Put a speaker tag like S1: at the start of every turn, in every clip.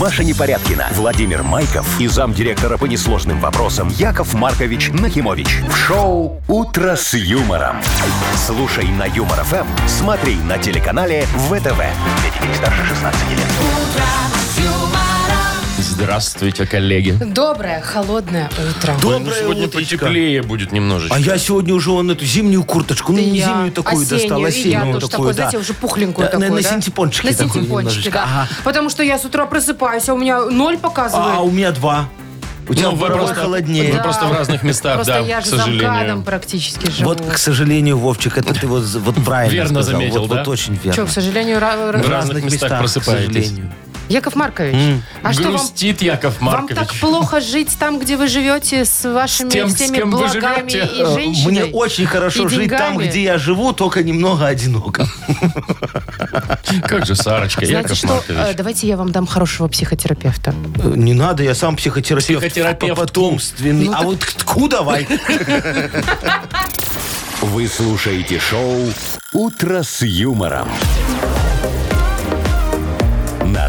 S1: Маша Непорядкина, Владимир Майков и замдиректора по несложным вопросам Яков Маркович Нахимович. В шоу «Утро с юмором». Слушай на Юмор ФМ, смотри на телеканале ВТВ. детей старше 16 лет.
S2: Здравствуйте, коллеги.
S3: Доброе, холодное утро.
S2: Ой, ну
S4: Доброе
S2: сегодня
S4: утречко.
S2: потеплее будет немножечко.
S4: А я сегодня уже он эту зимнюю курточку, ну
S3: Да
S4: не
S3: я
S4: зимнюю такую
S3: осеннюю,
S4: достал,
S3: и
S4: осеннюю
S3: я тоже
S4: такую,
S3: такой,
S4: да.
S3: знаете, уже пухленькую
S4: Да,
S3: такую,
S4: на, на
S3: да?
S4: синтепончике
S3: На
S4: такой
S3: синтепончике,
S4: немножечко.
S3: да.
S4: Ага.
S3: Потому что я с утра просыпаюсь, а у меня ноль показывает.
S4: А у меня два. У тебя
S2: вы
S4: наоборот
S2: просто-
S4: холоднее.
S2: Ну, вы просто в разных местах,
S3: Просто
S2: да,
S3: я
S2: к
S3: же за МКАДом
S2: сожалению.
S3: практически живу.
S4: Вот, к сожалению, Вовчик, это ты вот, вот правильно
S2: Верно
S4: сказал.
S2: заметил,
S4: вот,
S2: да?
S4: вот очень верно.
S3: Что, к сожалению, ра- ра-
S4: В
S2: В разных местах просыпаетесь.
S4: к сожалению.
S3: Яков Маркович, а что вам,
S2: Грустит Яков
S3: вам
S2: Маркович.
S3: так плохо жить там, где вы живете, с вашими
S2: Тем, с
S3: всеми
S2: кем вы
S3: благами
S2: живете.
S3: и женщиной?
S4: Мне очень хорошо
S3: и
S4: жить там,
S3: деньгами.
S4: где я живу, только немного одиноко.
S2: Как же Сарочка,
S3: Знаете
S2: Яков
S3: что, э,
S2: Маркович.
S3: давайте я вам дам хорошего психотерапевта.
S4: Э, Не надо, я сам психотерапевт.
S2: Психотерапевт.
S4: По-
S3: Ну
S4: Потомственный. а вот тку давай.
S1: Вы слушаете шоу «Утро с юмором». На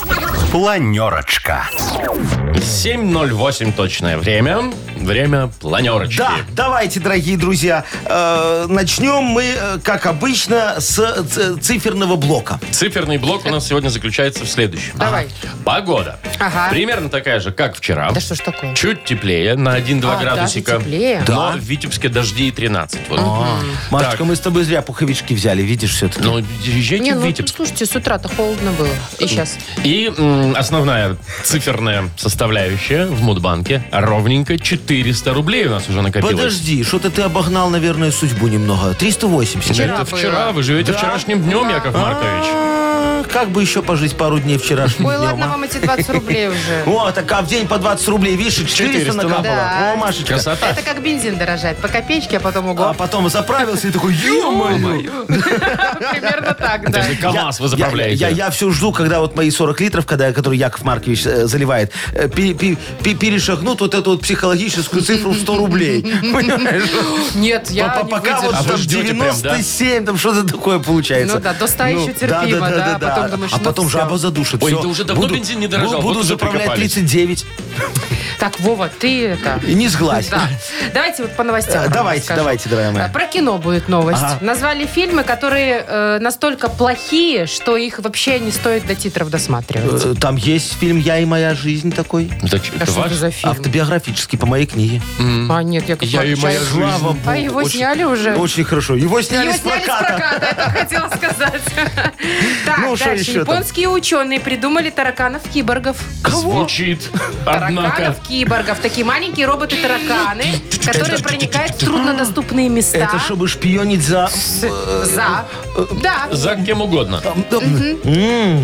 S1: Планерочка.
S2: 7.08 точное время. Время планерочки.
S4: Да, давайте, дорогие друзья. Э, Начнем мы, э, как обычно, с э, ц- циферного блока.
S2: Циферный блок у нас сегодня заключается в следующем.
S3: Давай.
S2: Погода.
S3: Ага.
S2: Примерно такая же, как вчера.
S3: Да что ж такое?
S2: Чуть теплее, на 1-2
S3: А,
S2: градусика.
S3: даже теплее?
S2: Но в Витебске дожди и 13. Вот.
S4: Машечка,
S2: Так.
S4: мы с тобой зря пуховички взяли, видишь, все-таки.
S2: Ну, езжайте
S3: Не,
S2: в
S3: ну,
S2: Витебск.
S3: слушайте, с утра-то холодно было. И сейчас.
S2: И м, основная циферная составляющая в Мудбанке ровненько 400 рублей у нас уже накопилось.
S4: Подожди, что-то ты обогнал, наверное, судьбу немного. 380.
S3: Вчера
S2: Это
S3: было.
S2: вчера, вы живете
S4: Да.
S2: вчерашним днем, Яков Маркович.
S4: А, Как бы еще пожить пару дней вчерашнего
S3: Ой,
S4: дня,
S3: ладно
S4: а?
S3: вам эти 20 рублей уже.
S4: О, так а в день по 20 рублей, видишь, и 400
S2: 400
S4: накапало.
S3: Да.
S4: О, Машечка.
S2: Красота.
S3: Это как бензин дорожает. По копеечке, а потом
S4: А
S3: ого.
S4: потом заправился и такой, ё-моё. А.
S3: Примерно так, да.
S2: Даже КамАЗ вы заправляете.
S4: Я, я, я все жду, когда вот мои 40 литров, когда, которые Яков Маркович э, заливает, э, пе- пе- пе- перешагнут вот эту вот психологическую цифру в 100 рублей. Понимаешь?
S3: Нет, я
S4: По-
S3: не
S4: Пока вот
S3: выдержу.
S2: А вы
S4: там
S2: ждете прям,
S4: 97, там что-то такое получается.
S3: Ну да, до 100 еще терпимо, да, потом думаешь,
S4: А
S3: ну
S4: потом
S3: всё.
S4: жаба задушит.
S2: Ой,
S4: всё.
S2: да уже давно
S4: Буду-
S2: бензин не дорожал, вот
S4: бу- Буду
S2: уже
S4: заправлять
S2: прикопались.
S4: 39
S3: Так, Вова, ты это...
S4: и не сглазь.
S3: Да. Давайте вот по новостям.
S4: Э, давайте,
S3: расскажу.
S4: давайте, дорогая моя.
S3: Э, Про кино будет новость.
S4: Ага.
S3: Назвали фильмы, которые э, настолько плохие, что их вообще не стоит до титров досматривать.
S4: Э, Там есть фильм «Я и моя жизнь» такой.
S2: Да чё,
S3: Да
S2: это
S3: что
S2: ваш?
S3: это за фильм?
S4: Автобиографический по моей книге.
S3: А, нет, Яков
S2: Я и
S3: Маркович,
S2: моя
S3: а-
S2: жизнь.
S4: Слава
S3: А
S4: Богу,
S3: его
S4: очень-
S3: сняли уже?
S4: Очень хорошо. Его сняли
S3: Его
S4: с
S3: сняли с
S4: проката.
S3: проката, это хотела сказать. Так,
S4: Ну, что
S3: дальше.
S4: еще там?
S3: Японские ученые придумали тараканов-киборгов.
S2: Звучит. Однако.
S3: Тараканов-киборгов. Такие маленькие роботы-тараканы, которые проникают в труднодоступные места.
S4: Это чтобы шпионить за...
S3: За. Да,
S2: За кем угодно.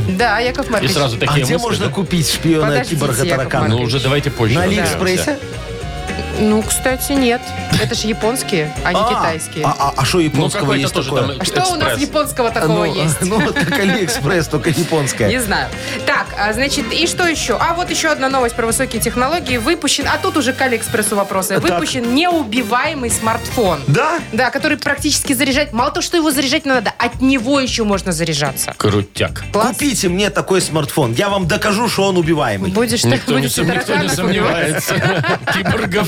S3: да, Яков
S2: И
S3: Маркович.
S2: сразу
S4: А
S2: такие
S4: где
S2: мысли,
S4: можно
S2: да?
S4: купить шпиона
S3: Подождите,
S4: киборга
S3: Яков
S2: Ну
S4: таракана?
S3: Маркович.
S2: уже давайте позже.
S4: На
S2: разберемся.
S4: Алиэкспрессе?
S3: Ну, кстати, нет. Это же японские, а не
S4: А,
S3: китайские.
S4: А а- а что
S2: Ну
S4: японского
S2: какой-то
S4: есть
S2: тоже
S4: такое?
S2: там
S3: А что у нас
S2: экспресс.
S3: японского такого
S4: Ну,
S3: есть?
S4: ну, вот как Алиэкспресс, только
S3: Не
S4: японская.
S3: знаю. Так, а, значит, и что еще? А вот еще одна новость про высокие технологии. Выпущен, а тут уже к Алиэкспрессу вопросы. Выпущен неубиваемый смартфон.
S4: Да?
S3: Да, который практически заряжать. Мало то, что его заряжать не надо, от него еще можно заряжаться.
S2: Крутяк.
S3: Класс.
S4: Купите мне такой смартфон. Я вам докажу, что он убиваемый.
S3: Будешь так,
S2: Никто не,
S3: будешь и
S2: сом- никто не
S3: тараканов убивать.
S2: сомневается. Киборгов.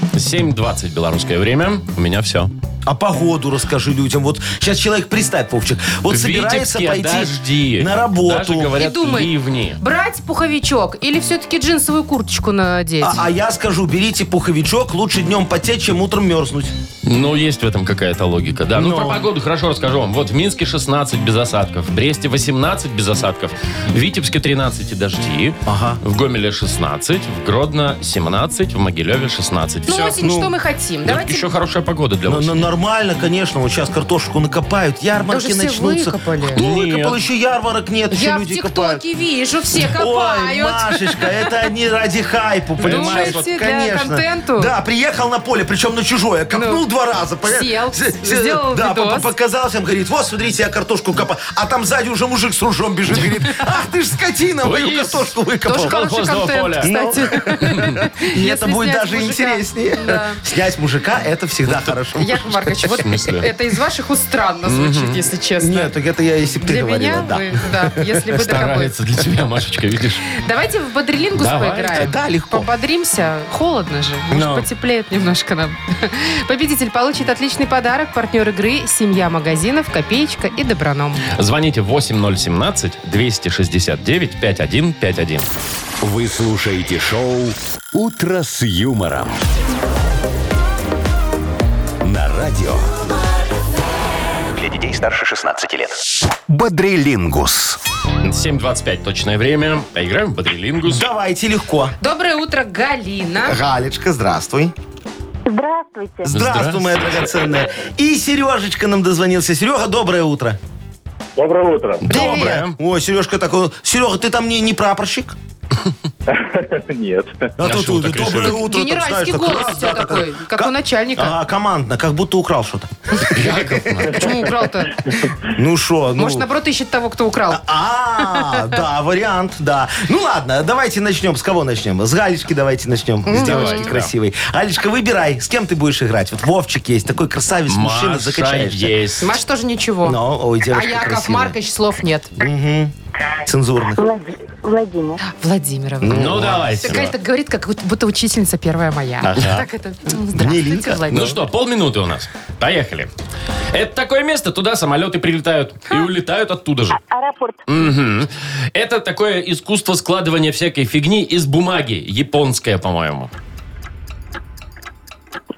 S2: 7.20 белорусское время. У меня все.
S4: А погоду расскажи людям. Вот сейчас человек, представь, Вовчик, вот собирается пойти
S2: дожди.
S4: на
S2: Даже,
S4: работу.
S2: говорят,
S3: И думай.
S2: ливни.
S3: Брать пуховичок или все-таки джинсовую курточку надеть?
S4: А, а я скажу, берите пуховичок, лучше днем потеть, чем утром мерзнуть.
S2: Ну, есть в этом какая-то логика, да. Ну,
S4: Но.
S2: про погоду хорошо расскажу вам. Вот в Минске 16 без осадков, в Бресте 18 без осадков, в Витебске 13 и дожди,
S4: Ага.
S2: в Гомеле 16, в Гродно 17, в Могилеве 16.
S3: ну,
S2: Все.
S3: осень, что мы хотим? Давайте
S2: Еще хорошая погода для
S4: Ну,
S2: вас.
S4: ну, нормально, конечно, вот сейчас картошку накопают, ярмарки
S3: Тоже все
S4: начнутся.
S3: выкопали.
S4: Кто
S2: Нет.
S4: выкопал? Еще ярмарок нет, еще
S3: Я в
S4: люди
S3: ТикТоке
S4: копают.
S3: вижу, все
S4: Ой,
S3: копают.
S4: Машечка, это они ради хайпу, понимаешь?
S3: Думаете,
S4: вот,
S3: для
S4: конечно.
S3: контенту?
S4: Да, приехал на поле, причем на чужое, копнул
S3: Ну.
S4: два два раза. понятно?
S3: Сел,
S4: Се- се-
S3: сделал
S4: Да,
S3: видос.
S4: по- по- показал всем, говорит, вот, смотрите, я картошку копал. А там сзади уже мужик с ружом бежит, говорит, ах ты ж скотина, мою
S2: Ой,
S4: картошку
S3: Тоже
S4: выкопал.
S2: Тоже
S3: хороший
S2: колхозного
S3: контент,
S2: поля.
S3: кстати.
S4: И
S3: Если
S4: это будет
S3: снять
S4: даже
S3: мужика.
S4: интереснее.
S3: Да.
S4: Снять мужика, это всегда хорошо.
S3: Яков Маркович, вот
S2: В смысле?
S3: это из ваших уст странно звучит, если честно.
S4: Нет, так это я, если бы ты
S3: Для меня,
S4: говорила, да.
S3: вы, да, если вы такой.
S2: Старается для тебя, Машечка, видишь?
S3: Давайте в бодрилингус
S2: Давай.
S3: поиграем.
S4: Да, легко.
S3: Пободримся. Холодно же. Может,
S2: Ну.
S3: потеплеет немножко нам. Победитель получит отличный подарок. Партнер игры «Семья магазинов», «Копеечка» и «Доброном».
S2: Звоните 8017-269-5151.
S1: Вы слушаете шоу «Утро с юмором». На радио. Для детей старше 16 лет. Бодрилингус.
S2: 7.25 точное время. Поиграем в Бодрилингус.
S4: Давайте легко.
S3: Доброе утро, Галина.
S4: Галечка, здравствуй.
S5: Здравствуйте.
S4: Здравствуй, моя драгоценная. И Сережечка нам дозвонился. Серега, доброе утро.
S6: Доброе утро.
S2: Доброе.
S4: Ой, Сережка такой. Серега, ты там не, не прапорщик?
S6: Нет.
S4: А
S2: что
S4: тут
S2: вы
S4: вот
S2: так
S4: доброе
S2: решили?
S4: утро, так, знаешь,
S3: Генеральский
S4: так
S3: голос
S4: раз,
S3: у тебя
S4: да, так,
S3: такой,
S4: так.
S3: как у начальника.
S4: А, командно, как будто украл что-то.
S3: Почему украл-то?
S4: Ну что, ну...
S3: Может, наоборот, ищет того, кто украл.
S4: А, да, вариант, да. Ну ладно, давайте начнем. С кого начнем? С Галечки давайте начнем. С девочки
S2: да.
S4: красивой. Галечка, выбирай, с кем ты будешь играть. Вот Вовчик есть, такой красавец, мужчина,
S2: Маша
S4: закачаешься.
S2: есть.
S3: Маш тоже ничего.
S4: Ну, ой,
S3: а
S4: девочка
S3: Яков
S4: красивая. Ну.
S3: Маркович слов нет.
S4: Цензурных.
S5: Влади- Владимир.
S3: Владимирова.
S2: Ну, давайте.
S3: Такая А, так говорит, как будто учительница первая моя. Так это... м, Здравствуйте,
S4: Миленько.
S2: Ну
S3: Владимир.
S2: что, полминуты у нас. Поехали. Это такое место, туда самолеты прилетают и улетают оттуда же.
S5: Аэропорт.
S2: Мгм. Это такое искусство складывания всякой фигни из бумаги. Японское, по-моему.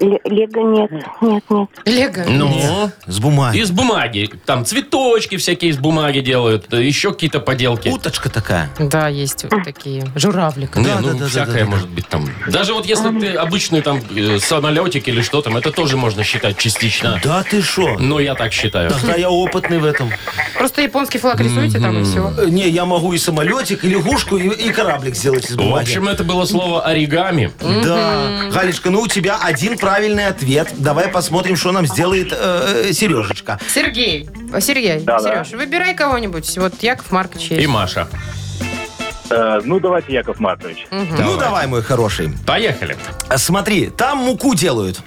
S5: Л- Лего нет. Нет, нет.
S3: Лего.
S2: Ну,
S4: С бумаги.
S2: из бумаги. Там цветочки всякие из бумаги делают, да еще какие-то поделки.
S4: Уточка такая.
S3: Да, есть вот такие. Журавлик.
S2: Не,
S4: Да,
S2: ну,
S4: да, да,
S2: всякое
S4: да, да, да.
S2: может быть там. Даже вот если ты обычный там э, самолетик или что там, это тоже можно считать частично.
S4: Да ты шо?
S2: Но я так считаю.
S4: Тогда я опытный в этом.
S3: Просто японский флаг рисуете там и все.
S4: Э, Не, я могу и самолетик, и лягушку, и, и кораблик сделать из
S2: В
S4: бумаги.
S2: общем, это было слово оригами.
S4: Да. Галечка, ну у тебя один правильный ответ. Давай посмотрим, что нам сделает э, Сережечка.
S3: Сергей. Э, Сергей,
S6: Да-да.
S3: Сереж, выбирай кого-нибудь. Вот Яков Маркович есть.
S2: И Маша.
S6: Э, Ну, давайте, Яков Маркович.
S4: Ну давай, мой хороший.
S2: Поехали.
S4: А, Смотри, там муку делают.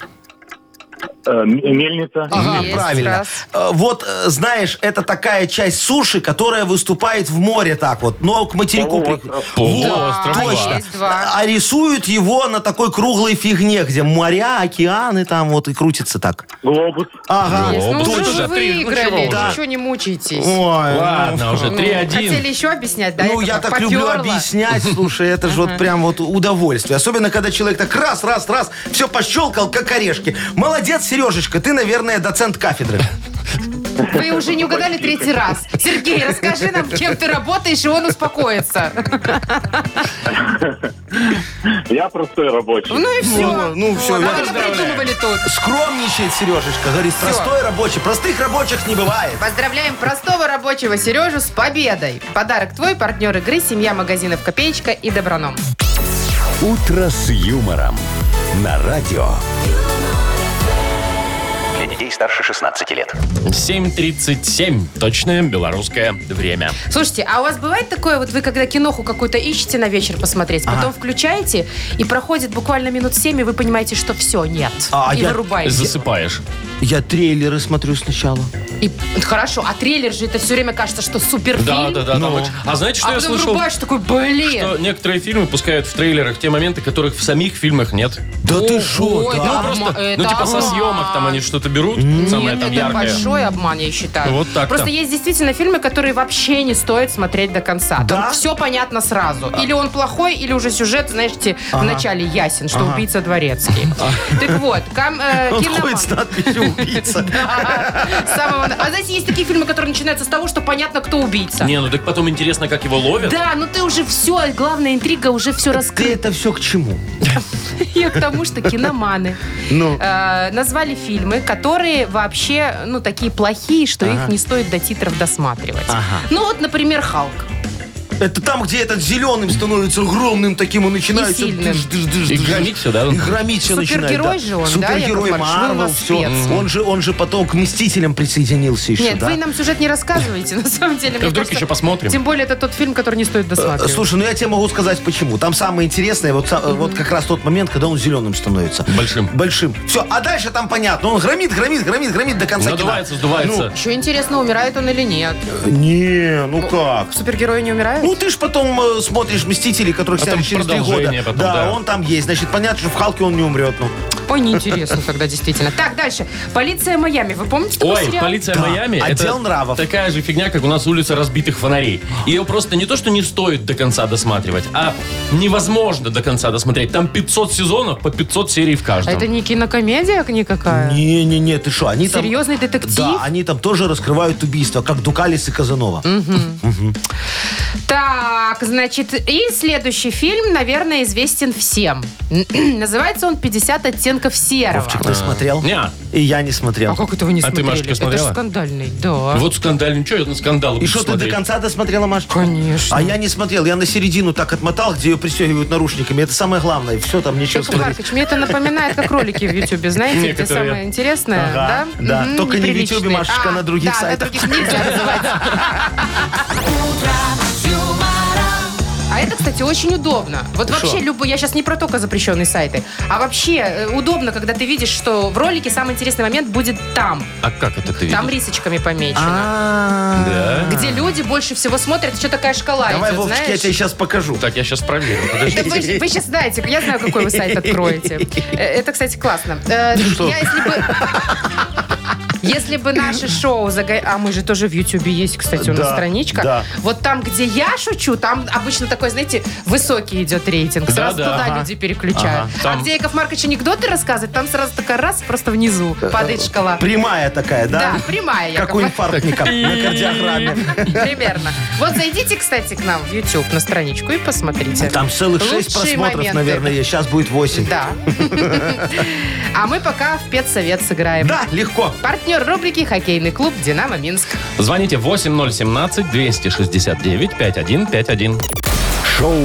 S6: Э, м- Мельница.
S4: Ага,
S3: Есть,
S4: правильно.
S3: раз.
S4: Э, Вот, э, знаешь, это такая часть суши, которая выступает в море так вот, но к материку... при-
S6: Полуостров.
S2: Полуостров,
S3: Да,
S4: точно.
S3: есть два.
S4: А рисуют его на такой круглой фигне, где моря, океаны там вот и крутится так.
S6: Глобус.
S4: Ага.
S3: Есть. Ну,
S2: О,
S3: уже
S2: точно,
S3: же
S2: три. Ну, чего
S3: выиграли.
S2: уже?
S3: Ничего не мучайтесь.
S4: Ой,
S2: Ладно, уже
S3: Э, Ну,
S2: 3-1.
S3: Хотели еще объяснять, да?
S4: Ну,
S3: это
S4: я
S3: как
S4: так люблю
S3: попёрло.
S4: объяснять, слушай, это же вот прям вот удовольствие. Особенно, когда человек так раз, раз, раз, все пощелкал, как орешки. Молодец, Сережечка, ты, наверное, доцент кафедры.
S3: Вы уже не угадали третий раз. Сергей, расскажи нам, кем ты работаешь, и он успокоится.
S6: Я простой рабочий.
S3: Ну и все.
S4: Ну, ну, всё, я
S3: А вы не придумывали тут.
S4: Скромничает Сережечка, говорит, простой рабочий, простых рабочих не бывает.
S3: Поздравляем простого рабочего Сережу с победой. Подарок твой, партнер игры, семья магазинов «Копеечка» и «Доброном».
S1: «Утро с юмором» на радио.
S7: Для детей старше 16 лет.
S2: 7.37. Точное белорусское время.
S3: Слушайте, а у вас бывает такое, вот вы когда киноху какую-то ищете на вечер посмотреть, потом включаете, и проходит буквально минут 7, и вы понимаете, что все, нет.
S4: А,
S3: и
S4: я-
S3: вырубаете.
S2: Засыпаешь.
S4: Я трейлеры смотрю сначала.
S3: И- Хорошо, а трейлер же это все время кажется, что суперфильм.
S2: Да, да, да. там очень- А знаете, что
S3: а
S2: я
S3: потом
S2: слышал?
S3: вырубаешь такой, блин.
S2: Что некоторые фильмы пускают в трейлерах те моменты, которых в самих фильмах нет.
S4: Да ты
S3: шо,
S4: шо,
S3: это
S4: да?
S3: да?
S2: Просто,
S3: Это
S2: ну, типа со
S3: обман.
S2: съемок там они что-то берут, самое
S3: Нет,
S2: там
S3: это
S2: яркое.
S3: большой обман, я считаю.
S2: Вот так-то.
S3: Просто есть действительно фильмы, которые вообще не стоит смотреть до конца.
S4: Да? А.
S3: все понятно сразу. Или он плохой, или уже сюжет, знаете, в начале ясен, что убийца дворецкий. Так вот, кам- э,
S4: Он
S3: киноман.
S4: ходит с надписью «Убийца».
S3: С самого на- А знаете, есть такие фильмы, которые начинаются с того, что понятно, кто убийца.
S2: Не, ну так потом интересно, как его ловят.
S3: Да, ну ты уже все, главная интрига уже все
S4: Ты
S3: раскрыта.
S4: это все к чему?
S3: Я к тому, что киноманы
S4: Ну.
S3: э, назвали фильмы, которые вообще, ну, такие плохие, что их не стоит до титров досматривать. Ну вот, например, «Халк».
S4: Это там, где этот зеленым становится огромным таким и начинает... всё
S3: сильным.
S4: дыж, дыж, дыж,
S2: И
S4: дыж.
S2: громить всё, да?
S4: И громить все начинает.
S3: Супергерой
S4: да.
S3: же он, да,
S4: Супергерой
S3: Яков Маркович? Вы
S4: Марвел,
S3: его
S4: все.
S3: спец.
S4: Он же, он же потом к Мстителям присоединился еще,
S3: Нет,
S4: да?
S3: вы нам сюжет не рассказываете, на самом деле. мне
S2: Вдруг
S3: кажется,
S2: еще посмотрим.
S3: Тем более, это тот фильм, который не стоит
S4: Э,
S3: досматривать.
S4: Слушай, ну я тебе могу сказать почему. Там самое интересное, вот, са- э, вот как раз тот момент, когда он зеленым становится.
S2: Большим.
S4: Большим. Все, а дальше там понятно. Он громит, громит, громит, громит до конца кино.
S2: Надувается, Ну, сдувается.
S3: Еще интересно, умирает он или нет.
S4: Не, ну как?
S3: Супергерои не умирают?
S4: Ну, ты ж потом э, смотришь «Мстителей», которых
S2: А там
S4: сняли через три года.
S2: продолжение потом,
S4: да,
S2: да.
S4: он там есть. Значит, понятно, что в «Халке» он не умрет. Ну.
S3: Ой, неинтересно тогда, действительно. Так, дальше. Полиция Майами. Вы помните такой
S2: Ой,
S3: сериал?
S2: полиция
S4: Да,
S2: Майами
S4: отдел
S2: это
S4: нравов.
S2: такая же фигня, как у нас улица разбитых фонарей. Ее просто не то, что не стоит до конца досматривать, а невозможно до конца досмотреть. Там 500 сезонов по 500 серий в
S3: А
S2: каждом.
S3: это не кинокомедия никакая?
S4: Не-не-не, ты что, они там...
S3: Серьезный детектив?
S4: Да, они там тоже раскрывают убийства, как Дукалис и Казанова.
S3: Так, значит, и следующий фильм, наверное, известен всем. Называется он «50 оттенков серого».
S4: Вовчик, ты смотрел?
S2: А. Не.
S4: И я не смотрел.
S3: А как это вы не
S2: А ты,
S3: смотрели?
S2: Машечка,
S3: это
S2: смотрела?
S3: же скандальный, да.
S2: Вот скандал, ничего, я на скандал
S4: И что, ты до конца досмотрела, Маш?
S3: Конечно.
S4: А я не смотрел, я на середину так отмотал, где ее пристегивают нарушниками. Это самое главное. Все, там ничего
S3: Яков
S4: смотреть.
S3: Маркович, мне это напоминает, как ролики в Ютубе, знаете, где
S2: Некоторые.
S3: самое интересное,
S4: Ага,
S3: да?
S4: да.
S3: Мгм,
S4: Только не в
S3: неприличные.
S4: Ютубе, Машечка,
S3: А,
S4: на других
S3: да,
S4: сайтах.
S3: на других нельзя называть. А это, кстати, очень удобно. Вот вообще любой, я сейчас не про только запрещенные сайты, а вообще э, удобно, когда ты видишь, что в ролике самый интересный момент будет там.
S2: А как это ты
S3: Там
S2: видишь?
S3: рисочками помечено.
S4: А,
S2: Да.
S3: Где люди больше всего смотрят, еще такая шкала
S4: Давай,
S3: идет,
S4: Вовчик, я
S3: знаешь?
S4: тебе сейчас покажу.
S2: Так, я сейчас проверю. Подожди.
S3: Да вы, сейчас знаете, я знаю, какой вы сайт откроете. Э, Это, кстати, классно. Э, Я, если бы... Если бы наше шоу заго- А мы же тоже в Ютьюбе есть, кстати, у нас
S4: Да,
S3: страничка.
S4: да.
S3: Вот там, где я шучу, там обычно такой, знаете, высокий идет рейтинг.
S2: Да,
S3: Сразу
S2: да,
S3: туда
S2: ага.
S3: люди переключают.
S2: Ага, там-
S3: А где Яков Маркович анекдоты рассказывает, там сразу такая раз, просто внизу падает шкала.
S4: Прямая такая, Э, да?
S3: Да, прямая,
S4: Как
S3: Яков
S4: у
S3: Маркович.
S4: инфарктника на кардиограмме.
S3: Примерно. Вот зайдите, кстати, к нам в YouTube на страничку и посмотрите.
S4: Там целых шесть
S3: Лучшие
S4: просмотров,
S3: моменты.
S4: наверное, есть. Сейчас будет восемь.
S3: Да. А мы пока в педсовет сыграем.
S4: Да, легко.
S3: Партнер рубрики «Хоккейный клуб «Динамо Минск».
S2: Звоните 8017-269-5151.
S1: Шоу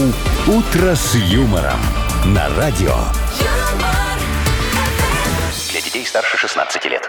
S1: «Утро с юмором» на радио.
S7: Для детей старше 16 лет.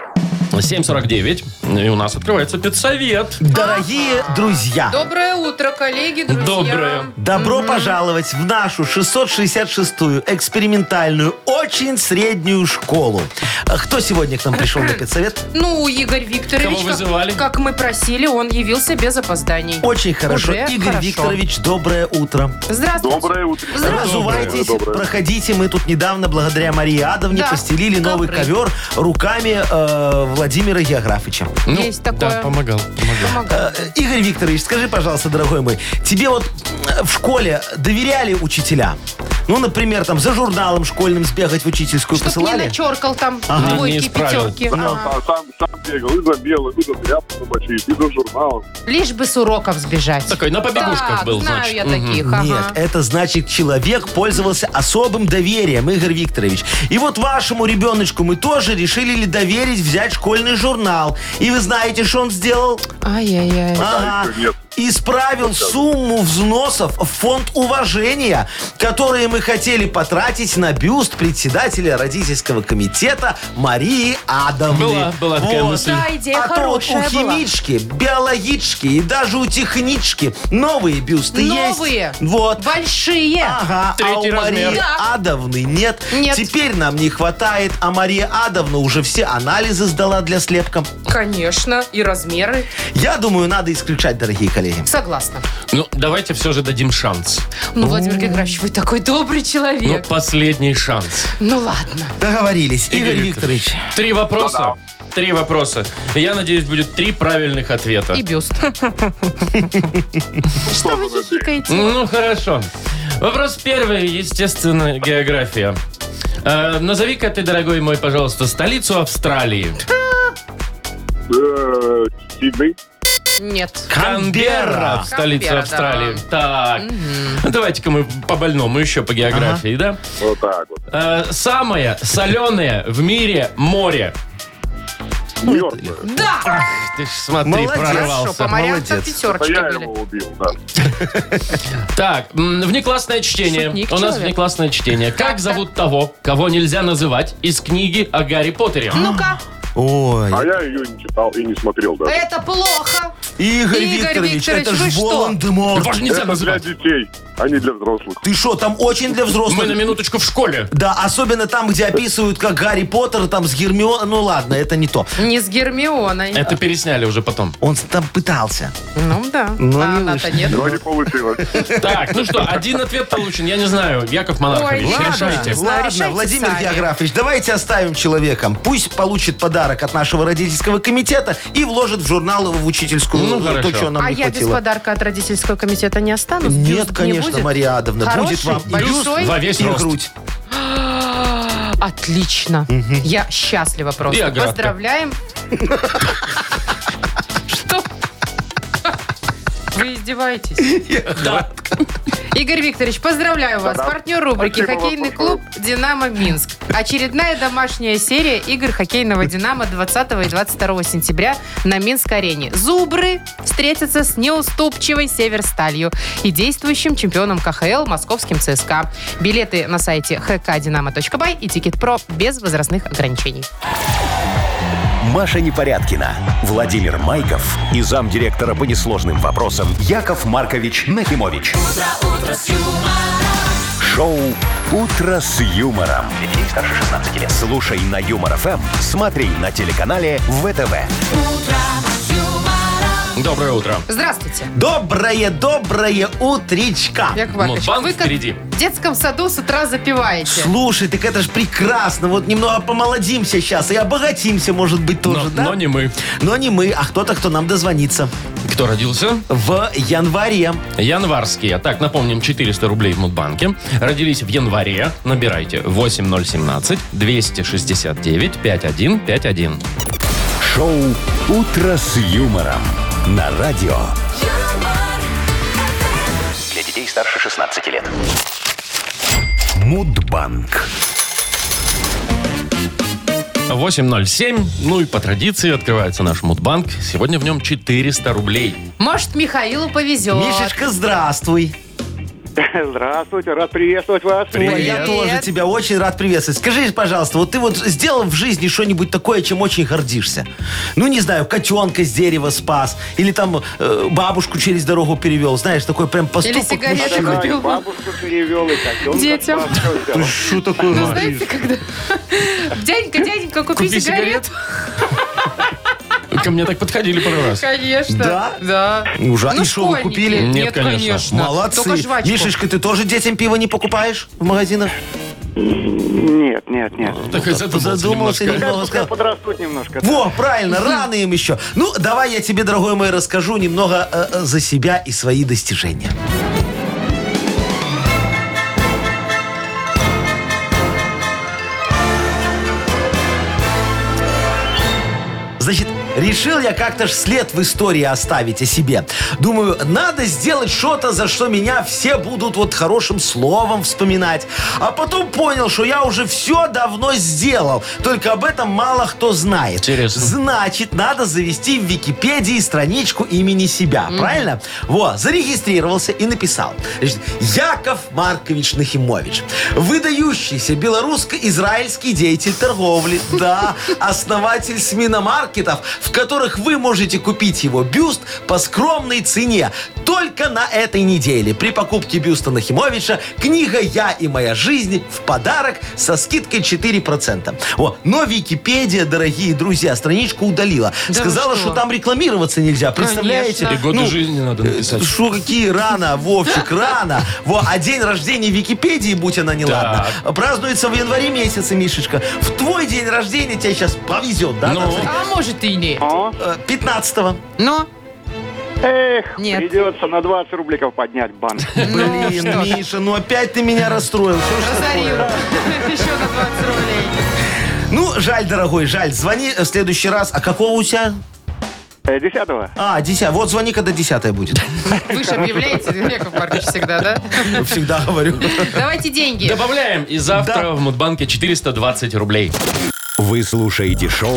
S2: 7.49. И у нас открывается педсовет.
S4: Дорогие
S3: А.
S4: друзья,
S3: Доброе утро, коллеги, друзья.
S2: Доброе.
S4: добро пожаловать в нашу 666-ю экспериментальную, очень среднюю школу. А Кто сегодня к нам пришел на педсовет?
S3: Ну, Игорь Викторович,
S2: Кого
S3: как-
S2: вызывали?
S3: Как, мы просили, он явился без опозданий.
S4: Очень хорошо.
S3: Уже
S4: Игорь
S3: хорошо.
S4: Викторович, доброе утро.
S3: Здравствуйте.
S6: Доброе утро.
S3: Здравствуйте.
S4: Разувайтесь, проходите. Мы тут недавно, благодаря Марии Адовне,
S3: Да,
S4: постелили новый
S3: добрый.
S4: ковер руками э, Владимира Географыча.
S2: Ну,
S3: Есть такое.
S2: Да, помогал. помогал.
S3: Помогаю.
S4: Э, Игорь Викторович, скажи, пожалуйста, дорогой мой, тебе вот э, в школе доверяли учителя? Ну, например, там за журналом школьным сбегать в учительскую
S3: Чтоб не
S4: Э, посылали?
S3: начеркал там
S4: Ага.
S3: двойки,
S2: Не исправил.
S3: пятерки. Ага.
S6: Сам, сам, сам бегал, и за белый, и за тряпку мочить, и за журналом.
S3: Лишь бы с уроков сбежать.
S2: Такой на побегушках
S3: Так,
S2: был,
S3: знаю
S2: значит.
S3: я
S2: Мгм.
S3: таких, ага.
S4: Нет, это значит, человек пользовался особым доверием, Игорь Викторович. И вот вашему ребеночку мы тоже решили ли доверить взять школьный журнал. И вы знаете, что он сделал?
S3: Ай-яй-яй.
S4: Ага.
S6: еще нет.
S4: Исправил сумму взносов в фонд уважения, которые мы хотели потратить на бюст председателя родительского комитета Марии Адамовны.
S2: Была- была такая мысль.
S3: Да, идея
S4: а то вот у
S3: хорошая была.
S4: химички, биологички и даже у технички новые бюсты
S3: Новые.
S4: есть. Вот.
S3: Большие.
S4: Ага, а
S2: Третий
S4: у
S2: размер.
S4: Марии
S3: Да.
S4: Адовны нет.
S3: Нет.
S4: Теперь нам не хватает, а Мария Адовна уже все анализы сдала для слепка.
S3: Конечно, и размеры.
S4: Я думаю, надо исключать, дорогие коллеги.
S3: Согласна.
S2: Ну, давайте все же дадим шанс.
S3: Ну, Владимир Григорьевич, вы такой добрый
S2: Ну,
S3: человек.
S2: последний шанс.
S3: Ну, ладно.
S4: Договорились. Игорь,
S2: Игорь
S4: Викторович.
S2: Три вопроса. Три вопроса. Я надеюсь, будет три правильных ответа.
S3: И бюст. Что вы хихикаете?
S2: Ну, хорошо. Вопрос первый, естественно, география. Э, Назови-ка ты, дорогой мой, пожалуйста, столицу Австралии.
S6: Э, Сидней.
S3: Нет.
S2: Канберра, столица
S3: Канберра,
S2: Австралии. Так, Ну, давайте-ка мы по больному еще по географии,
S6: Вот так вот.
S2: да? Э, Самое соленое в мире море.
S6: Э,
S3: Ну,
S4: нет?
S6: Мертвая.
S3: Да!
S2: Ты ж смотри,
S4: Молодец.
S3: Хорошо, по
S2: прорвался.
S3: морям там
S4: молодец.
S3: пятерочки
S6: А Я его
S3: были.
S6: убил, да.
S2: Так, м, внеклассное чтение.
S3: Шутник
S2: У нас
S3: человек.
S2: внеклассное чтение. Как
S3: Так-так.
S2: зовут того, кого нельзя называть из книги о Гарри Поттере?
S3: Ну-ка,
S4: Ой,
S6: А я ее не читал и не смотрел даже.
S3: это плохо.
S4: Игорь,
S3: Игорь
S4: Викторович,
S3: Викторович,
S4: это
S3: вы
S4: ж
S3: что?
S2: Его
S4: Волан-де-Морт.
S2: же нельзя
S6: Это для
S2: называть.
S6: детей, а не для взрослых.
S4: Ты что, там очень для
S2: Мы
S4: взрослых?
S2: на минуточку в школе.
S4: Да, особенно там, где описывают, как Гарри Поттер, там с Гермион... Ну ладно, это не то.
S3: Не с Гермионой.
S2: Это пересняли уже потом.
S4: Он там пытался.
S3: Ну да.
S4: Ну,
S3: а
S4: не
S3: она-то нет.
S6: Но не получилось.
S2: Так, ну что, один ответ получен. Я не знаю. Яков Монархович,
S3: Ой,
S2: решайте.
S3: ладно. знаю,
S4: Ладно,
S3: решайте
S4: Владимир
S3: сами.
S4: Географович, давайте оставим человеком. Пусть получит подарок от нашего родительского комитета и вложит в журнал в учительскую
S2: Ну, хорошо.
S4: то, что нам
S3: А
S4: не
S3: я без
S4: хватило.
S3: подарка от родительского комитета не останусь? Бюст
S4: Нет,
S3: не
S4: конечно,
S3: будет?
S4: Мария Адовна, будет
S3: Хороший,
S4: вам и бюст,
S3: большой?
S2: Во весь
S4: и
S2: рост.
S4: грудь.
S3: Отлично. Я счастлива
S2: И
S3: просто.
S2: оградка.
S3: Поздравляем. Что? Вы издеваетесь.
S2: Да.
S3: Игорь Викторович, поздравляю вас.
S6: Да-да.
S3: Партнер рубрики
S6: Спасибо вам
S3: «Хоккейный
S6: большое.
S3: клуб «Динамо Минск». Очередная домашняя серия игр хоккейного «Динамо» 20 и 22 сентября на Минск-арене. «Зубры» встретятся с неуступчивой «Северсталью» и действующим чемпионом КХЛ московским ЦСКА. Билеты на сайте hkdinamo.by и «Тикет.Про» без возрастных ограничений.
S1: Маша Непорядкина, Владимир Майков и замдиректора по несложным вопросам Яков Маркович Нахимович. Шоу Утро с юмором. Детей старше 16 лет. Слушай на юмор ФМ, смотри на телеканале ВТВ.
S2: Доброе утро.
S3: Здравствуйте.
S4: Доброе, доброе утречка.
S3: Яков Маркович,
S2: Модбанк
S3: вы как
S2: впереди.
S3: в детском саду с утра запиваете.
S4: Слушай, так это ж прекрасно. Вот немного помолодимся сейчас и обогатимся, может быть, тоже,
S2: Но,
S4: да?
S2: но не мы.
S4: Но не мы, а кто-то, кто нам дозвонится.
S2: Кто родился?
S4: В январе.
S2: Январские. Так, напомним, 400 рублей в Мудбанке. Родились в январе. Набирайте 8017-269-5151.
S1: Шоу Утро с юмором на радио.
S7: Для детей старше 16 лет.
S1: Мудбанк.
S2: 8.07. Ну и по традиции открывается наш Мудбанк. Сегодня в нем 400 рублей.
S3: Может, Михаилу повезет.
S4: Мишечка, здравствуй.
S8: Здравствуйте, рад приветствовать вас.
S4: Ой, я
S3: Привет.
S4: тоже тебя очень рад приветствовать. Скажи, пожалуйста, вот ты вот сделал в жизни что-нибудь такое, чем очень гордишься? Ну, не знаю, котенка с дерева спас, или там э, бабушку через дорогу перевел, знаешь, такой прям поступок.
S3: Или сигареты
S4: мужчины.
S8: Да, и
S3: купил.
S8: бабушку перевел, и котенка
S3: Детям.
S8: спас, всё
S4: Ты
S8: сделал.
S4: что такое
S3: Ну,
S4: говоришь?
S3: знаете, когда... Дяденька, дяденька, купи,
S2: Купи
S3: сигарет.
S2: Ко мне так подходили пару раз.
S3: Ну, Конечно.
S4: Да?
S3: Да.
S4: Ужа-
S3: Ну,
S4: и шо, вы
S3: школьники.
S4: купили?
S2: Нет,
S3: Нет,
S2: конечно.
S3: конечно.
S4: Молодцы.
S3: Только жвачку.
S4: Мишечка, ты тоже детям пиво не покупаешь в магазинах?
S8: Нет, нет, нет.
S2: Так и задумался
S4: задумался
S2: немножко.
S4: немного.
S8: Пускай
S4: сказал.
S8: подрастут немножко.
S4: Во, правильно, рано им еще. Ну, давай я тебе, дорогой мой, расскажу немного э, э, за себя и свои достижения. Значит, решил я как-то ж след в истории оставить о себе. Думаю, надо сделать что-то, за что меня все будут вот хорошим словом вспоминать. А потом понял, что я уже все давно сделал. Только об этом мало кто знает.
S2: Интересно.
S4: Значит, надо завести в Википедии страничку имени себя. Правильно? Вот, зарегистрировался и написал. Значит, Яков Маркович Нахимович. Выдающийся белорусско-израильский деятель торговли. Да, основатель СМИ на маркетов, в которых вы можете купить его бюст по скромной цене. Только на этой неделе при покупке бюста Нахимовича книга «Я и моя жизнь» в подарок со скидкой 4%. О, но Википедия, дорогие друзья, страничку удалила.
S3: Да вы
S4: Сказала,
S3: что?
S4: что? там рекламироваться нельзя. Представляете?
S2: И
S3: Конечно.
S2: годы
S4: Ну,
S2: жизни надо написать.
S4: Шо, какие рано, Вовчик, рано. Во, а день рождения Википедии, будь она неладна, празднуется в январе месяце, Мишечка. В твой день рождения тебя сейчас повезет, да?
S2: Ну.
S4: Наталья?
S3: А может и нет.
S8: О,
S4: Э, 15-го.
S3: Но
S8: эх,
S3: Нет.
S8: придется на 20 рубликов поднять банк.
S3: Ну,
S4: Блин,
S3: что ж.
S4: Миша, ну опять ты меня расстроил. Что ж
S3: разорил.
S4: такое?
S3: Еще на 20 рублей.
S4: Ну, жаль, дорогой, жаль. Звони э, в следующий раз. А какого у тебя?
S8: Э, Десятого?
S4: А, 10. Вот звони, когда десятая будет.
S3: Вы же объявляете, Яков Маркович, всегда, да?
S4: Всегда говорю.
S3: Давайте деньги.
S2: Добавляем. И завтра
S4: Да.
S2: в Мудбанке 420 рублей.
S1: Вы слушаете шоу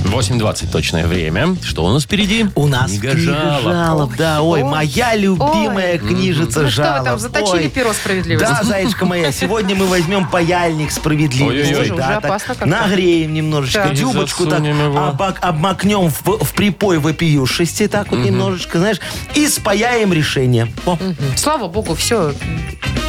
S2: 8.20 точное время. Что у нас впереди?
S4: У нас
S2: Книга
S4: книга
S2: жалоб.
S4: жалоб. Да, ой,
S3: Ой.
S4: моя любимая
S3: Ой.
S4: книжица
S3: Ну что вы
S4: жалоб.
S3: там, заточили перо справедливости?
S4: Да, заечка моя, сегодня мы возьмем паяльник справедливости.
S2: Ой-ой-ой.
S4: да,
S3: Уже
S4: так
S3: опасно как-то.
S4: нагреем немножечко
S3: Так.
S4: дюбочку, так
S2: Засунем его.
S4: обмак- обмакнем в, в припой вопиюшести, так вот немножечко, знаешь, и спаяем решение. О,
S3: Слава богу, все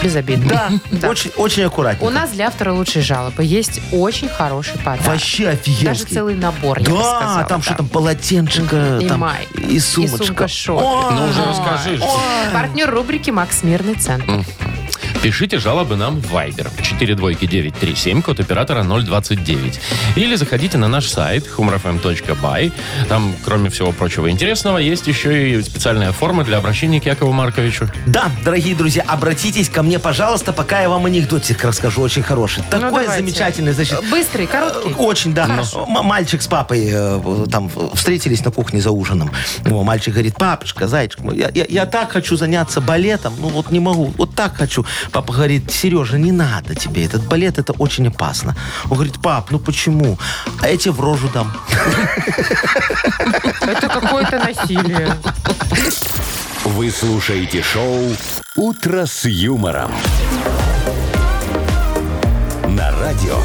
S3: без обид.
S4: Да, очень, очень аккуратно.
S3: У нас для автора лучшей жалобы есть очень хороший подарок.
S4: Вообще офигенский.
S3: Даже целый набор, я бы сказала,
S4: Да, там что
S3: да.
S4: там, полотенчика,
S3: И
S4: там,
S3: майка,
S4: и сумочка.
S3: и сумка-шорт.
S4: О,
S2: Ну уже расскажи.
S3: Партнер рубрики «Макс Мирный центр».
S2: Пишите жалобы нам в Viber 42937, код оператора 029. Или заходите на наш сайт humorfm.by. Там, кроме всего прочего интересного, есть еще и специальная форма для обращения к Якову Марковичу.
S4: Да, дорогие друзья, обратитесь ко мне, пожалуйста, пока я вам анекдотик расскажу, очень хороший.
S3: Ну,
S4: Такой
S3: давайте.
S4: замечательный, значит.
S3: Быстрый, короткий.
S4: э, Очень, да. М- Мальчик с папой э, в- там в- встретились на кухне за ужином. О, мальчик говорит, папочка, зайчик, мой, я, я- я так хочу заняться балетом, ну вот не могу, вот так хочу. Папа говорит, Сережа, не надо тебе, этот балет, это очень опасно. Он говорит, пап, ну почему? А я тебе в рожу дам.
S3: Это какое-то насилие.
S1: Вы слушаете шоу «Утро с юмором». На радио.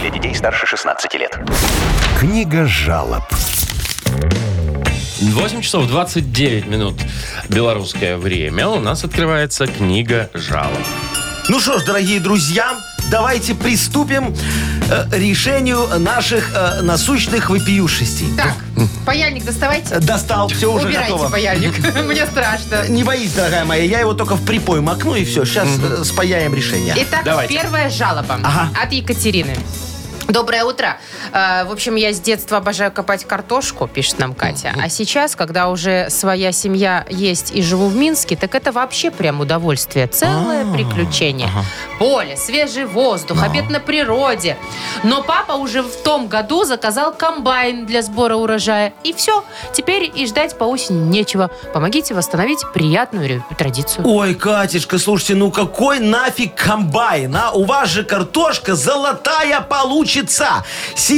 S7: Для детей старше 16 лет.
S1: Книга жалоб.
S2: 8 часов 29 минут белорусское время. У нас открывается книга жалоб.
S4: Ну что ж, дорогие друзья, давайте приступим э, решению наших э, насущных вопиюшестей.
S3: Так, паяльник доставайте.
S4: Э, Достал, все уже
S3: Убирайте
S4: готово.
S3: паяльник. Мне страшно.
S4: Не боись, дорогая моя, я его только в припой макну и все. Сейчас э, спаяем решение.
S3: Итак,
S2: Давайте.
S3: первая жалоба
S4: Ага.
S3: от Екатерины. Доброе утро. Э, В общем, я с детства обожаю копать картошку, пишет нам Катя. А сейчас, когда уже своя семья есть и живу в Минске, так это вообще прям удовольствие. Целое
S2: А,
S3: приключение. Поле, свежий воздух, обед на природе. Но папа уже в том году заказал комбайн для сбора урожая. И все. Теперь и ждать по осени нечего. Помогите восстановить приятную ре- традицию.
S4: Ой, Катечка, слушайте, ну какой нафиг комбайн, а? У вас же картошка золотая получится.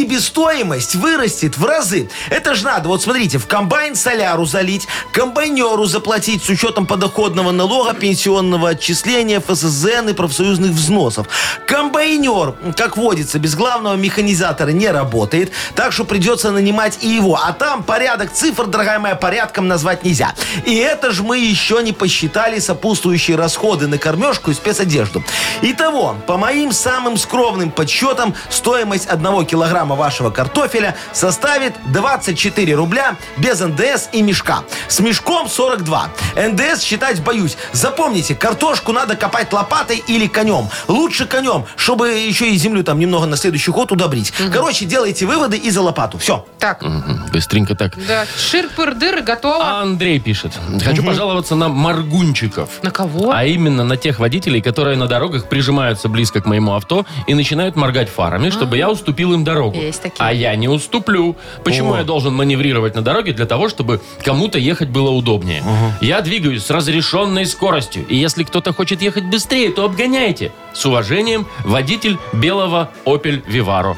S4: Себестоимость вырастет в разы. Это же надо, вот смотрите, в комбайн соляру залить, комбайнеру заплатить с учетом подоходного налога, пенсионного отчисления, ФСЗН и профсоюзных взносов. Комбайнер, как водится, без главного механизатора не работает, так что придется нанимать и его. А там порядок цифр, дорогая моя, порядком назвать нельзя. И это же мы еще не посчитали сопутствующие расходы на кормежку и спецодежду. Итого, по моим самым скромным подсчетам, стоимость одного килограмма вашего картофеля составит 24 рубля без НДС и мешка. С мешком 42. НДС считать боюсь. Запомните, картошку надо копать лопатой или конем. Лучше конем, чтобы еще и землю там немного на следующий год удобрить. Короче, делайте выводы и за лопату. Все.
S3: Так,
S2: Мгм, Быстренько так.
S3: Да, шир-пыр-дыр, готово.
S2: А Андрей пишет. Хочу пожаловаться на моргунчиков.
S3: На кого?
S2: А именно на тех водителей, которые на дорогах прижимаются близко к моему авто и начинают моргать фарами, чтобы я уступил им дорогу.
S3: А. Есть такие.
S2: А я не уступлю. Почему я должен маневрировать на дороге? Для того, чтобы кому-то ехать было удобнее. Я двигаюсь с разрешенной скоростью. И если кто-то хочет ехать быстрее, то обгоняйте. С уважением, водитель белого Opel Vivaro.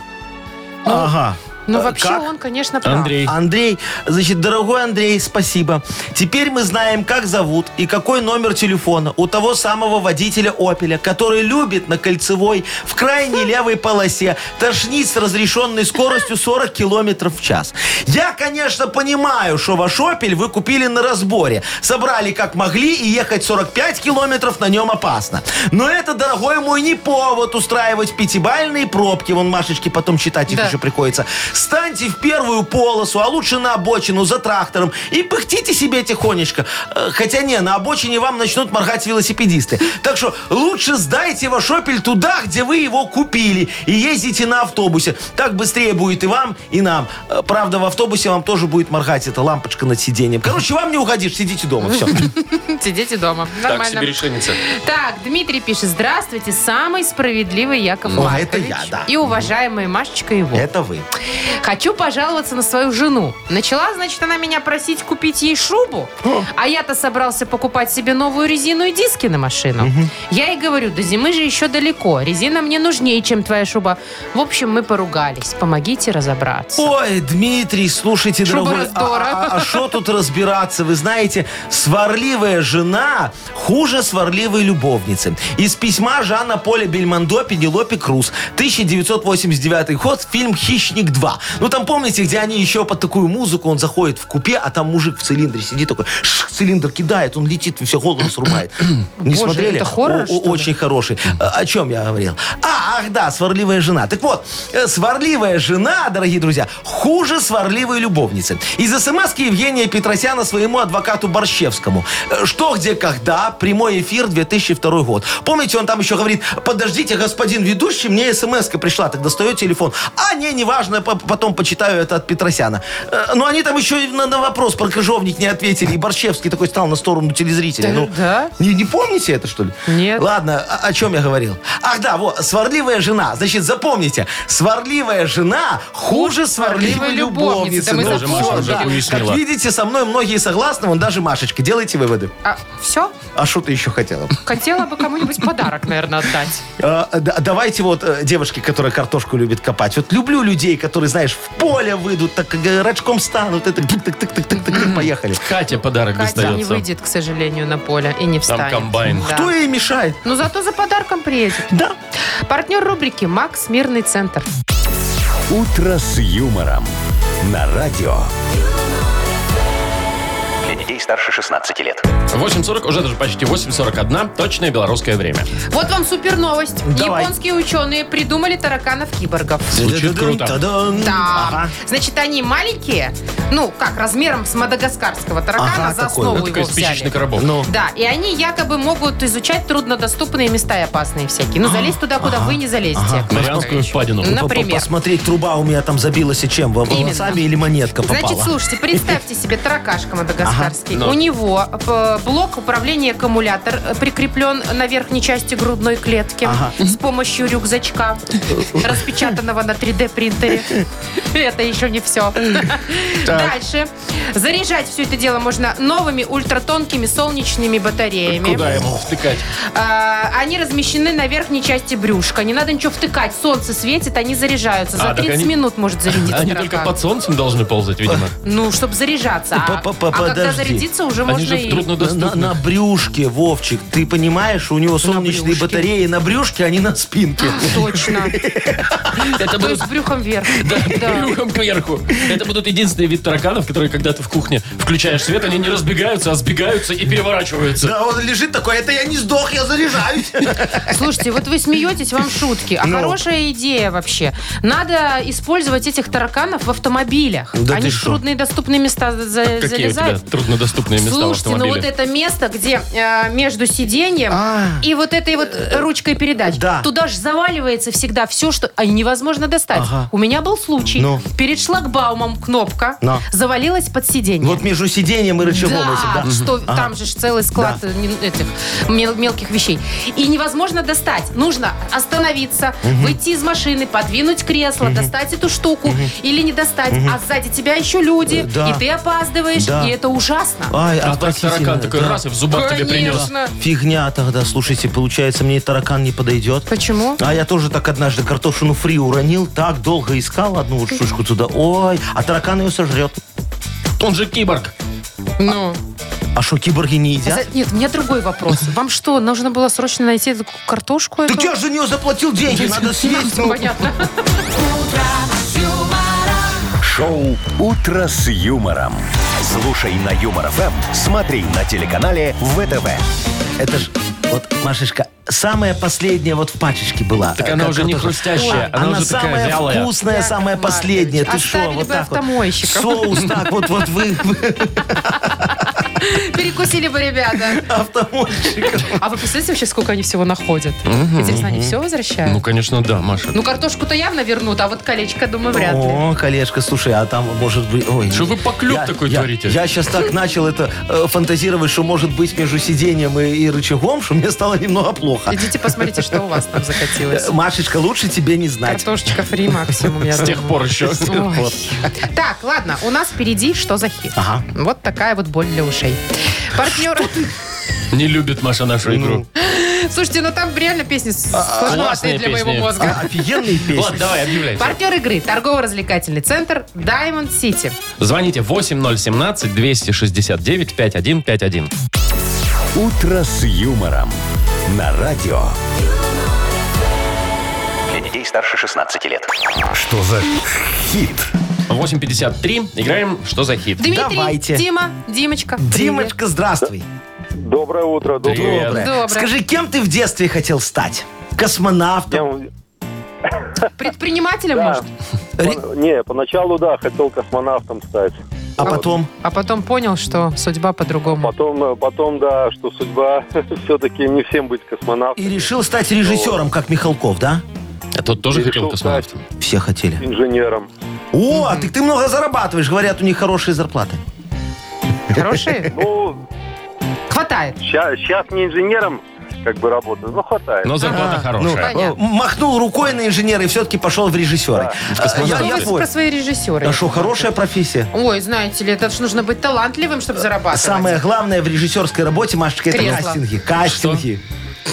S4: Ага.
S3: ну,
S4: э,
S3: вообще,
S4: как?
S3: он, конечно, прав.
S2: Андрей.
S4: Андрей, значит, дорогой Андрей, спасибо. Теперь мы знаем, как зовут и какой номер телефона у того самого водителя «Опеля», который любит на кольцевой в крайней левой полосе тошнить с разрешенной скоростью 40 километров в час. Я, конечно, понимаю, что ваш «Опель» вы купили на разборе. Собрали как могли и ехать 45 километров на нем опасно. Но это, дорогой мой, не повод устраивать пятибальные пробки. Вон Машечке потом читать их
S3: Да.
S4: еще приходится. Станьте в первую полосу, а лучше на обочину за трактором и пыхтите себе тихонечко. Э, Хотя не, на обочине вам начнут моргать велосипедисты. Так что лучше сдайте ваш «Опель» туда, где вы его купили и ездите на автобусе. Так быстрее будет и вам, и нам. Э, Правда, в автобусе вам тоже будет моргать эта лампочка над сиденьем. Короче, вам не угодишь, сидите дома, все.
S3: Сидите дома.
S2: Так
S3: Нормально.
S2: себе решенница.
S3: Так, Дмитрий пишет. Здравствуйте, самый справедливый Яков
S4: Ну, а
S3: Маркович
S4: это я, да.
S3: И уважаемые Машечка и Вов.
S4: Это вы.
S3: Хочу пожаловаться на свою жену. Начала, значит, она меня просить купить ей шубу, а я-то собрался покупать себе новую резину и диски на машину. Я ей говорю, до зимы же еще далеко, резина мне нужнее, чем твоя шуба. В общем, мы поругались. Помогите разобраться.
S4: Ой, Дмитрий, слушайте,
S3: Шуба
S4: дорогой,
S3: раздора.
S4: а что тут разбираться? Вы знаете, сварливая жена хуже сварливой любовницы. Из письма Жанна Поля Бельмондо Пенелопе Круз. 1989 год, фильм «Хищник 2». Ну там помните, где они еще под такую музыку, он заходит в купе, а там мужик в цилиндре сидит такой, шш, цилиндр кидает, он летит, и все голову срубает. Не
S3: Боже,
S4: смотрели?
S3: это хоррор,
S4: О-
S3: что ли?
S4: о- очень хороший. Э, О чем я говорил? А, ах да, сварливая жена. Так вот, э, сварливая жена, дорогие друзья, хуже сварливой любовницы. Из смс Евгения Петросяна своему адвокату Борщевскому. Э, Что, где, когда, прямой эфир 2002 год. Помните, он там еще говорит, подождите, господин ведущий, мне смс пришла, так достаю телефон. А, не, неважно, по- потом почитаю это от Петросяна. Э, Но они там еще и на, на вопрос про крыжовник не ответили, и Борщевский такой стал на сторону телезрителя.
S3: Да,
S4: ну,
S3: да.
S4: не, не помните это, что ли?
S3: Нет.
S4: Ладно, о, о чем я говорил? Ах да, вот, сварливая жена. Значит, запомните, сварливая жена хуже сварливой
S3: сварливой любовницы.
S4: любовницы.
S3: Да мы
S4: Ну,
S2: Даже Маша
S4: всё,
S2: уже
S4: да.
S2: уяснила.
S4: Как видите, со мной многие согласны, вон даже Машечка. Делайте выводы.
S3: А, все?
S4: А что ты еще хотела?
S3: Хотела бы кому-нибудь подарок, наверное, отдать.
S4: Э, да- Давайте вот э, девушке, которая картошку любит копать. Вот люблю людей, которые, знаешь, в поле выйдут, так э, рачком станут. Это тык-тык-тык-тык-тык, поехали.
S2: Катя подарок
S3: Катя не
S2: достается.
S3: выйдет, к сожалению, на поле и не встанет.
S2: комбайн.
S3: Да.
S4: Кто ей мешает?
S3: Но зато за подарком приедет.
S4: Да.
S3: Партнер рубрики «Макс Мирный Центр».
S1: «Утро с юмором» на радио.
S7: Для детей старше 16 лет.
S2: 8.40, уже даже почти 8.41, точное белорусское время.
S3: Вот вам супер новость.
S4: Давай.
S3: Японские ученые придумали тараканов-киборгов.
S2: Звучит круто.
S4: Та-дам.
S3: Да.
S4: Ага.
S3: Значит, они маленькие, ну, как, размером с мадагаскарского таракана,
S4: Ага,
S3: за
S4: такой.
S3: основу
S2: Ну,
S3: его
S2: такой спичечный
S3: взяли.
S2: коробок.
S4: Ну.
S3: Да, и они якобы могут изучать труднодоступные места и опасные всякие. Ну, залезть туда, куда вы не залезете.
S2: Марианскую впадину.
S3: Ну,
S4: П-
S3: Например.
S4: Посмотреть, труба у меня там забилась и чем? Во-
S3: Именно.
S4: Волосами или монетка попала?
S3: Значит, слушайте, представьте себе таракашка мадагаскарский.
S2: Ага, ну.
S3: У него э, блок управления аккумулятор э, прикреплен на верхней части грудной клетки с помощью рюкзачка, распечатанного на 3D-принтере. Это еще не все. Дальше. Заряжать все это дело можно новыми ультратонкими солнечными батареями.
S2: Куда ему втыкать?
S3: А, Они размещены на верхней части брюшка. Не надо ничего втыкать. Солнце светит, они заряжаются.
S2: А,
S3: За
S2: так
S3: 30
S2: они-
S3: минут может зарядиться
S2: Они только
S3: таракан.
S2: под солнцем должны ползать, видимо.
S3: Ну, чтобы заряжаться. А,
S4: Па-па-па,
S3: а когда
S4: подожди.
S3: зарядиться, уже
S2: Они
S3: Ну, можно
S2: же
S3: и...
S4: На,
S2: труднодоступны.
S4: на брюшке, Вовчик, ты понимаешь, у него солнечные
S3: брюшке.
S4: батареи на брюшке, а не на спинке.
S3: Точно.
S2: Это
S3: То есть
S2: будут...
S3: брюхом вверх.
S2: Да,
S3: Да.
S2: брюхом кверху. Это будут единственные вид тараканов, которые, когда ты в кухне включаешь свет, они не разбегаются, а сбегаются и переворачиваются.
S4: Да, он лежит такой, это я не сдох, я заряжаюсь.
S3: Слушайте, вот вы смеетесь, вам шутки. А
S4: Ну.
S3: хорошая идея вообще. Надо использовать этих тараканов в автомобилях.
S4: Да
S3: Они
S4: ты
S3: в
S4: что?
S3: трудные доступные места за-
S2: Какие у тебя
S3: залезают.
S2: труднодоступные места в
S3: Слушайте, ну вот
S2: автомобиле?
S3: это место, где э, между сиденьем
S4: А.
S3: и вот этой вот э, ручкой передач.
S4: Да.
S3: Туда же заваливается всегда все, что а невозможно достать.
S4: Ага.
S3: У меня был случай.
S4: Ну.
S3: Перед шлагбаумом кнопка
S4: Но.
S3: завалилась под сиденье.
S4: Вот между сиденьем и рычагом этим, да.
S3: Да, что там же ж целый склад э, не- этих мел- мелких вещей. И невозможно достать. Нужно остановиться, выйти из машины, подвинуть кресло, достать эту штуку или не достать. А сзади тебя еще люди,
S4: да.
S3: и ты опаздываешь,
S4: Да.
S3: и это ужасно.
S4: Ай,
S2: А так таракан
S4: отвратительно,
S2: такой
S4: да.
S2: раз и в зубах тебе принес.
S4: Фигня тогда, слушайте, получается, мне и таракан не подойдет.
S3: Почему?
S4: А я тоже так однажды картошину фри уронил, так долго искал одну вот штучку туда. Ой, а таракан ее сожрет.
S2: Он же киборг.
S3: Ну.
S4: А что, киборги не едят?
S3: За- Нет, у меня другой вопрос. Вам что, нужно было срочно найти эту картошку?
S4: Так
S3: эту?
S4: я же за нее заплатил деньги, надо съесть. ну.
S3: Понятно.
S1: Шоу «Утро с юмором». Слушай на Юмор ФМ, смотри на телеканале ВТВ.
S4: Ну, Это ж, вот, Машечка, самая последняя вот в пачечке была.
S2: Так
S4: э,
S2: она
S4: как
S2: уже не
S4: картошка.
S2: хрустящая, она
S4: Она
S2: уже такая
S4: самая
S2: вялая.
S4: вкусная,
S3: Яков
S4: самая
S3: Маркович,
S4: последняя. Ты что,
S3: оставили
S4: вот
S3: бы
S4: так вот.
S3: автомойщиков.
S4: Соус так вот, вот вы...
S3: Перекусили бы ребята.
S4: Автомойщик.
S3: А вы представляете вообще, сколько они всего находят? Интересно, они все
S2: Ну,
S3: возвращают?
S2: конечно, да, Маша.
S3: Ну, картошку-то явно вернут, а вот колечко, думаю, вряд ли.
S4: О, коллежка, слушай, а там может быть... Ой,
S2: Что вы поклюк
S4: я-
S2: такой
S4: я-
S2: творите?
S4: Я сейчас так начал это э, фантазировать, что может быть между сиденьем и, и рычагом, что мне стало немного плохо.
S3: Идите посмотрите, что у вас там закатилось.
S4: Э, Машечка, лучше тебе не знать.
S3: Картошечка фри максимум, я
S2: С тех
S3: думаю.
S2: пор еще.
S3: Ой. Так, ладно, у нас впереди что за хит.
S4: Ага.
S3: Вот такая вот боль для ушей. Партнер...
S2: А Не любит Маша
S4: Ну,
S2: нашу игру.
S3: Слушайте, ну там реально песни с- сложноватые
S2: А, классные
S3: для моего
S2: песни. А.
S4: А,
S3: мозга.
S4: Офигенные
S2: Ладно,
S4: песни.
S2: давай, объявляй.
S3: Партнер игры – торгово-развлекательный центр Diamond City.
S2: Звоните 8017-269-5151.
S1: «Утро с юмором» на радио.
S7: Для детей старше 16 лет.
S1: Что за хит?
S2: 8.53. Играем «Что за хит?»
S3: Дмитрий,
S4: Давайте.
S3: Дима, Димочка.
S4: Димочка, здравствуй.
S6: Доброе утро, доброе
S2: Привет.
S6: утро.
S3: Доброе.
S4: Скажи, кем ты в детстве хотел стать? Космонавтом?
S6: Я-
S3: привет. Предпринимателем,
S6: Да.
S3: может?
S4: Ре-
S6: Не, поначалу, да, хотел космонавтом стать.
S4: А потом?
S3: А потом понял, что судьба по-другому.
S6: Потом, э, потом да, что судьба все-таки не всем быть космонавтом,
S4: И решил стать режиссером, как Михалков, да?
S2: А тот тоже
S6: Решил
S2: хотел космонавтом.
S4: Все хотели.
S6: инженером.
S4: О, так ты много зарабатываешь. Говорят, у них хорошие зарплаты.
S3: Хорошие?
S6: Ну,
S3: Хватает.
S6: сейчас, не инженером как бы работаю, но хватает.
S2: Но зарплата
S4: А,
S2: хорошая.
S3: ну, Понятно.
S4: Э, Махнул рукой на инженера и все-таки пошел в режиссера. Э, я-
S3: Что
S4: я
S3: вы
S4: твой.
S3: А ну, про свои режиссеры?
S4: А что, хорошая профессия? А
S3: Ой, знаете ли, это ж нужно быть талантливым, чтобы зарабатывать.
S4: Самое главное в режиссерской работе, Машечка, это
S3: Кресло.
S4: кастинги. Кастинги.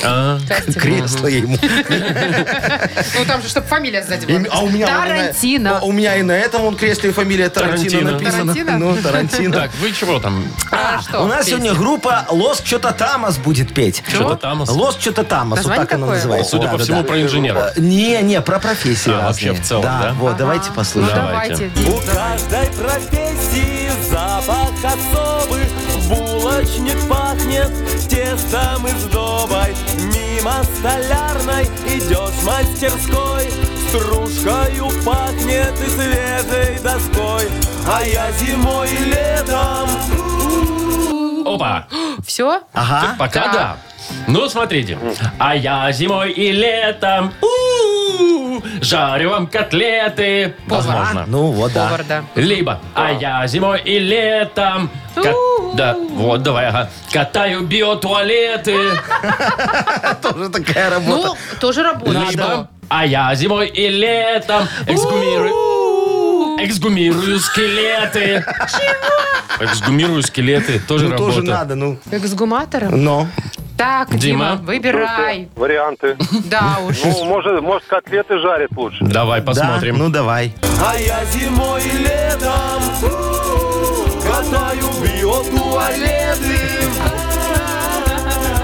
S2: А,
S3: Кастинг.
S4: Кресло ему.
S3: Ну там же, чтобы фамилия сзади
S4: И-
S3: была.
S4: А у меня...
S3: Тарантино.
S4: А У меня и на этом он кресле и фамилия Тарантино
S2: Тарантино.
S4: написана.
S3: Тарантино?
S4: Ну, Тарантино.
S2: Так, вы чего там?
S3: А, что?
S4: У нас
S3: песня?
S4: сегодня группа Лос что-то Тамас будет петь.
S2: Что-то там.
S4: Лос что-то Тамас, вот
S3: Название
S4: так она
S3: такое?
S4: называется.
S2: Судя по
S4: Да-да-да.
S2: всему, про инженера.
S4: Э, Не, не, про профессию.
S2: А, вообще в целом, да?
S4: вот, давайте
S3: Ну
S4: послушаем.
S3: давайте.
S2: Давайте.
S3: Дим,
S9: У каждой профессии запах особый Булочник пахнет тестом и сдобой Мимо столярной идешь мастерской Стружкою пахнет и свежей доской А я зимой и летом
S2: Опа.
S3: Все?
S4: Ага.
S2: Пока
S3: Так.
S2: да. Ну, смотрите. А я зимой и летом у-у-у, жарю вам котлеты. Возможно.
S4: Ну вот, да.
S3: Повар, да.
S2: Либо, а я зимой и летом... ка-
S3: У-у-у.
S2: Да, вот, давай, ага. Катаю биотуалеты.
S4: Тоже такая работа.
S3: Ну, тоже
S2: Либо,
S3: работа.
S2: а я зимой и летом эксгумирую... Эксгумирую скелеты. Эксгумирую скелеты. Тоже
S4: Ну, тоже
S2: работа.
S4: надо, ну.
S3: Эксгуматором?
S4: Но.
S3: Так, Дима,
S2: Дима.
S3: выбирай.
S6: Варианты.
S3: Да уж.
S6: Ну, может, может, котлеты жарят лучше.
S2: Давай посмотрим.
S4: Да, ну давай.
S9: А я зимой и летом у-у, Катаю биотуалеты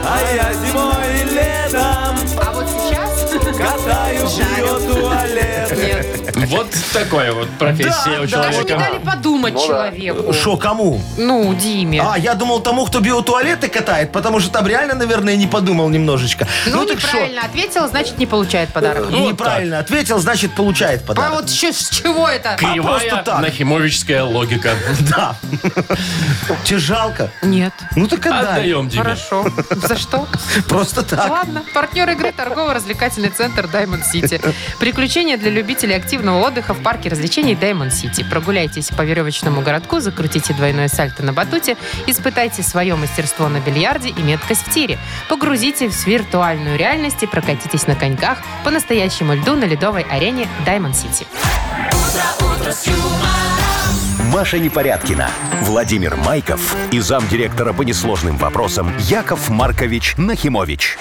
S9: А я зимой и летом
S3: А вот сейчас?
S9: Катаю биотуалеты
S3: Нет.
S2: Вот такая вот профессия
S4: Да,
S2: у
S4: да.
S3: Даже не
S2: человека.
S3: дали подумать человеку.
S4: Шо, кому?
S3: Ну, Диме.
S4: А, я думал тому, кто биотуалеты катает, потому что там реально, наверное, не подумал немножечко.
S3: Ну,
S4: так что?
S3: неправильно ответил, значит, не получает подарок.
S2: Ну, вот
S4: Неправильно ответил, значит, получает
S3: А
S4: подарок.
S3: вот щ- с чего это?
S4: А
S2: Кривая
S4: просто так.
S2: нахимовическая логика.
S4: Да. Тебе жалко?
S3: А, Нет.
S4: Ну так отдай.
S2: Отдаем тебе.
S3: Хорошо. За что?
S4: Просто так.
S3: Ладно, партнер игры торгово-развлекательный центр Diamond City. Приключения для любителей активного отдыха в парке развлечений Diamond City. Прогуляйтесь по веревочному городку, закрутите двойное сальто на батуте, испытайте свое мастерство на бильярде и меткость в тире. Погрузитесь в виртуальную реальность и прокатитесь на коньках по настоящему льду на ледовой арене Diamond City.
S1: Маша Непорядкина, Владимир Майков и замдиректора по несложным вопросам Яков Маркович Нахимович.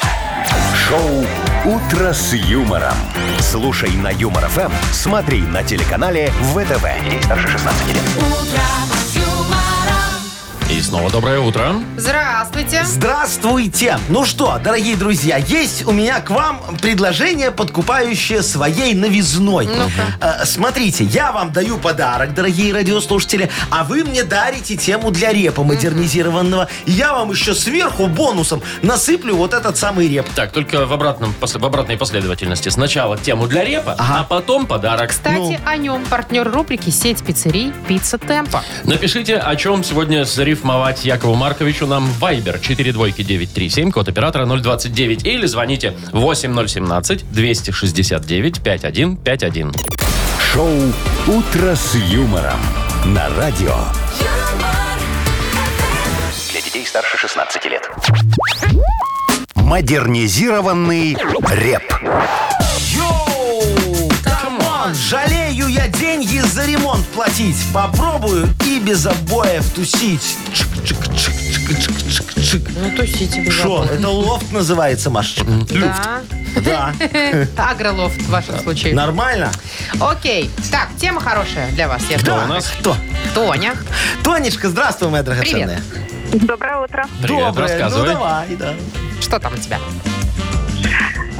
S1: Шоу «Утро с юмором». Слушай на Юмор ФМ, смотри на телеканале ВТВ. Здесь старше 16 лет.
S2: И снова доброе утро.
S3: Здравствуйте.
S4: Здравствуйте! Ну что, дорогие друзья, есть у меня к вам предложение, подкупающее своей новизной. Э, смотрите, я вам даю подарок, дорогие радиослушатели, а вы мне дарите тему для репа модернизированного. И я вам еще сверху бонусом насыплю вот этот самый реп.
S2: Так, только в, обратном, пос- в обратной последовательности. Сначала тему для репа, а потом подарок.
S4: Ну,
S3: Кстати, о нем партнер рубрики «Сеть пиццерий Пицца Темпа».
S2: Напишите, о чем сегодня с рифмовать Якову Марковичу нам Viber 42937, код оператора 029. Или звоните 8017-269-5151.
S1: Шоу «Утро с юмором» на радио.
S7: Для детей старше 16 лет.
S1: Модернизированный реп.
S4: Йоу! Камон! Жалею я деньги за ремонт платить. Попробую и без обоев тусить. Чик-чик-чик-чик-чик-чик-чик.
S3: Ну, тусите без
S4: Шо,
S3: вопросов.
S4: это лофт называется, Машечка?
S3: Да.
S4: Да.
S3: Агролофт в вашем случае.
S4: Нормально?
S3: Окей. Так, тема хорошая для вас. Я
S4: Да.
S3: думаю.
S2: у нас?
S4: Кто?
S3: Тоня.
S4: Тонечка, здравствуй, моя драгоценная.
S5: Доброе утро.
S2: Привет, рассказывай.
S4: Ну давай, да.
S3: Что там у тебя?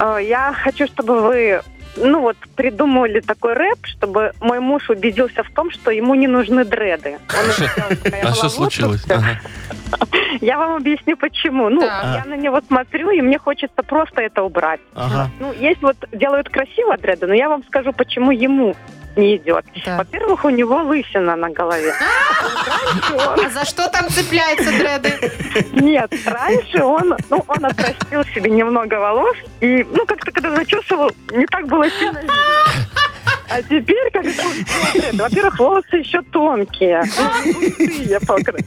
S5: Э, Я хочу, чтобы вы, ну вот, придумали такой рэп, чтобы мой муж убедился в том, что ему не нужны дреды. Он их сделал, когда
S2: а
S5: я была в
S2: что
S5: отпуске.
S2: случилось? Ага.
S5: Я вам объясню, почему. Ну,
S3: Так.
S5: я на него смотрю, и мне хочется просто это убрать.
S4: Ага.
S5: Ну, есть вот делают красиво дреды, но я вам скажу, почему ему не идет.
S3: Да.
S5: Во-первых, у него лысина на голове.
S3: А за что там цепляются дреды?
S5: Нет, раньше он, ну, он отрастил себе немного волос, и, ну, как-то когда зачесывал, не так было сильно видно. А теперь, как дреды, во-первых, волосы еще тонкие, ну, не густые, покры-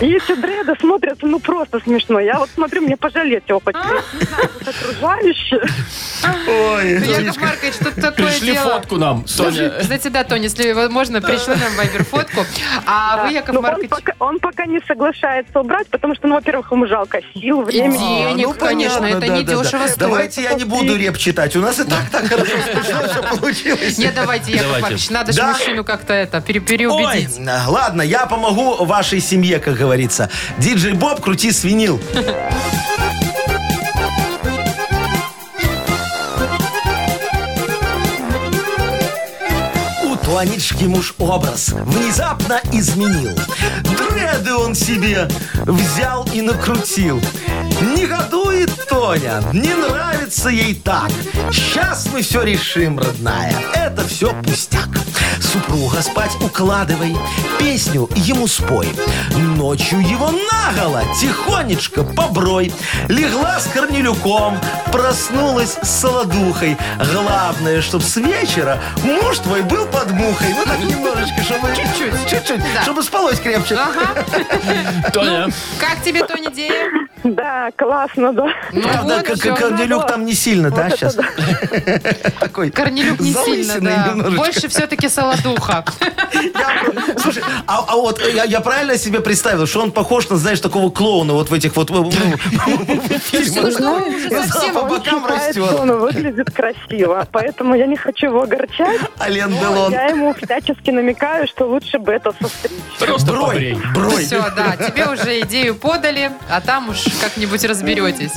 S5: И эти дреды смотрятся, ну, просто смешно. Я вот смотрю, мне пожалеть его хоть
S3: А?
S5: окружающие.
S4: Ой,
S3: Ну, Яков Маркович, тут такое
S2: Пришли
S3: дело.
S2: фотку нам,
S3: Слушай,
S2: Соня.
S3: Кстати, да, Тоня, если возможно, пришли нам Вайбер фотку. А вы, Яков
S5: Но Ну, он
S3: Маркович,
S5: пока, он пока не соглашается убрать, потому что, ну, во-первых, ему жалко сил, времени.
S4: Ну,
S3: денег, конечно, это не дешево стоит.
S4: Давайте я не буду реп читать. У нас и так так хорошо смешно все получилось.
S3: Не, давайте, Яков
S2: Давайте.
S3: Маркович, надо же
S4: Да.
S3: мужчину как-то это пере- переубедить.
S4: Ой, а, ладно, я помогу вашей семье, как говорится. Диджей Боб, крути свинил. У Тонечки муж образ внезапно изменил. Дреды он себе взял и накрутил. Негодует Тоня, не нравится ей так. Сейчас мы все решим, родная, это все пустяк. Супруга спать укладывай, песню ему спой. Ночью его наголо тихонечко поброй. Легла с Корнелюком, проснулась с солодухой. Главное, чтоб с вечера муж твой был под мухой. Ну так немножечко, чтобы... Чуть-чуть. Чуть-чуть,
S3: Да.
S4: чтобы спалось крепче.
S3: Ага. Ну,
S4: Ну,
S2: Тоня.
S3: Как тебе, Тоня, идея?
S5: Да, классно, да.
S3: Ну
S4: Правда,
S3: вот,
S4: как-
S3: всё.
S4: Корнелюк там не сильно, да, сейчас? Такой
S3: Корнелюк не сильно,
S4: залысанный
S3: да.
S4: немножечко.
S3: Больше все-таки солодуха.
S4: Я- Слушай, а, а вот я, я правильно себе представил, что он похож на, знаешь, такого клоуна вот в этих вот ну,
S3: Ну
S4: фильмах.
S3: что, уже совсем
S4: По
S5: Он
S4: бокам
S5: считает, что
S4: растет.
S5: он выглядит красиво, поэтому я не хочу его огорчать.
S4: Ален Делон.
S5: Я ему всячески намекаю, что лучше бы это состричь.
S2: Просто побрей.
S4: Брой, брой.
S3: Все, да, тебе уже идею подали, а там уж как-нибудь разберетесь.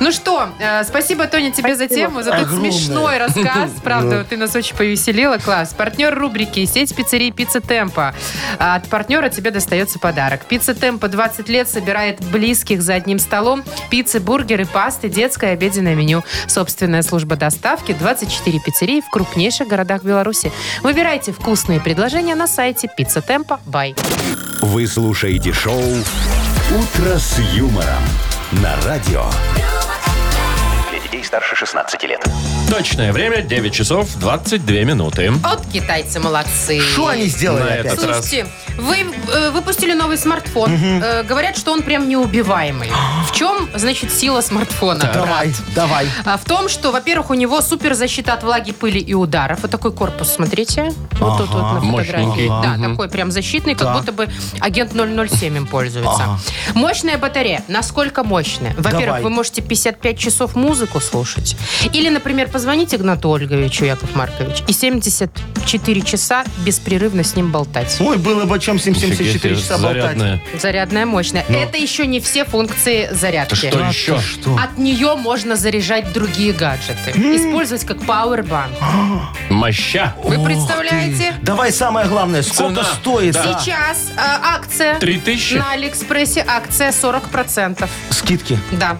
S3: Ну что, э, спасибо, Тоня, тебе за тему, за тот
S4: Огромное.
S3: смешной рассказ. Правда, ты нас очень повеселила, класс. Партнер рубрики «Сеть пиццерий Пицца Темпа». А От партнера тебе достается подарок. Пицца Темпа 20 лет собирает близких за одним столом. Пиццы, бургеры, пасты, детское обеденное меню. Собственная служба доставки 24 пиццерии в крупнейших городах Беларуси. Выбирайте вкусные предложения на сайте «Пицца Темпа». Бай.
S1: Вы слушаете шоу «Утро с юмором» на радио.
S7: Для детей старше 16 лет.
S2: Точное время 9 часов 22 минуты.
S3: От китайцы молодцы.
S4: Что они сделали
S2: На
S4: опять?
S2: этот раз.
S3: Слушайте, вы э, выпустили новый смартфон. Э, говорят, что он прям неубиваемый. В чем, значит, сила смартфона?
S4: Давай, давай.
S3: А в том, что, во-первых, у него суперзащита от влаги, пыли и ударов. Вот такой корпус, смотрите. Вот тут вот на фотографии.
S2: мощненький.
S3: Да,
S2: Мгм.
S3: такой прям защитный, как
S4: Так.
S3: будто бы агент 007 им пользуется.
S4: Ага.
S3: Мощная батарея. Насколько мощная? Во-первых,
S4: Давай.
S3: вы можете 55 часов музыку слушать. Или, например, позвонить Игнату Ольговичу, Яков Маркович, и 74 часа беспрерывно с ним болтать.
S4: Ой, было бы о чем
S2: Офигеть,
S4: 774 часа болтать.
S2: зарядная.
S3: Зарядная мощная. Это еще не все функции зарядки.
S2: Это что
S4: А
S2: еще?
S3: От нее можно заряжать другие гаджеты. Использовать как пауэрбанк.
S2: Моща.
S3: Вы
S4: Ох
S3: представляете?
S4: ты. Давай самое главное, сколько
S2: Цена.
S4: стоит?
S2: Да.
S4: а?
S3: Сейчас э, акция.
S2: 3000?
S3: На Алиэкспрессе акция 40%.
S4: Скидки.
S3: Да.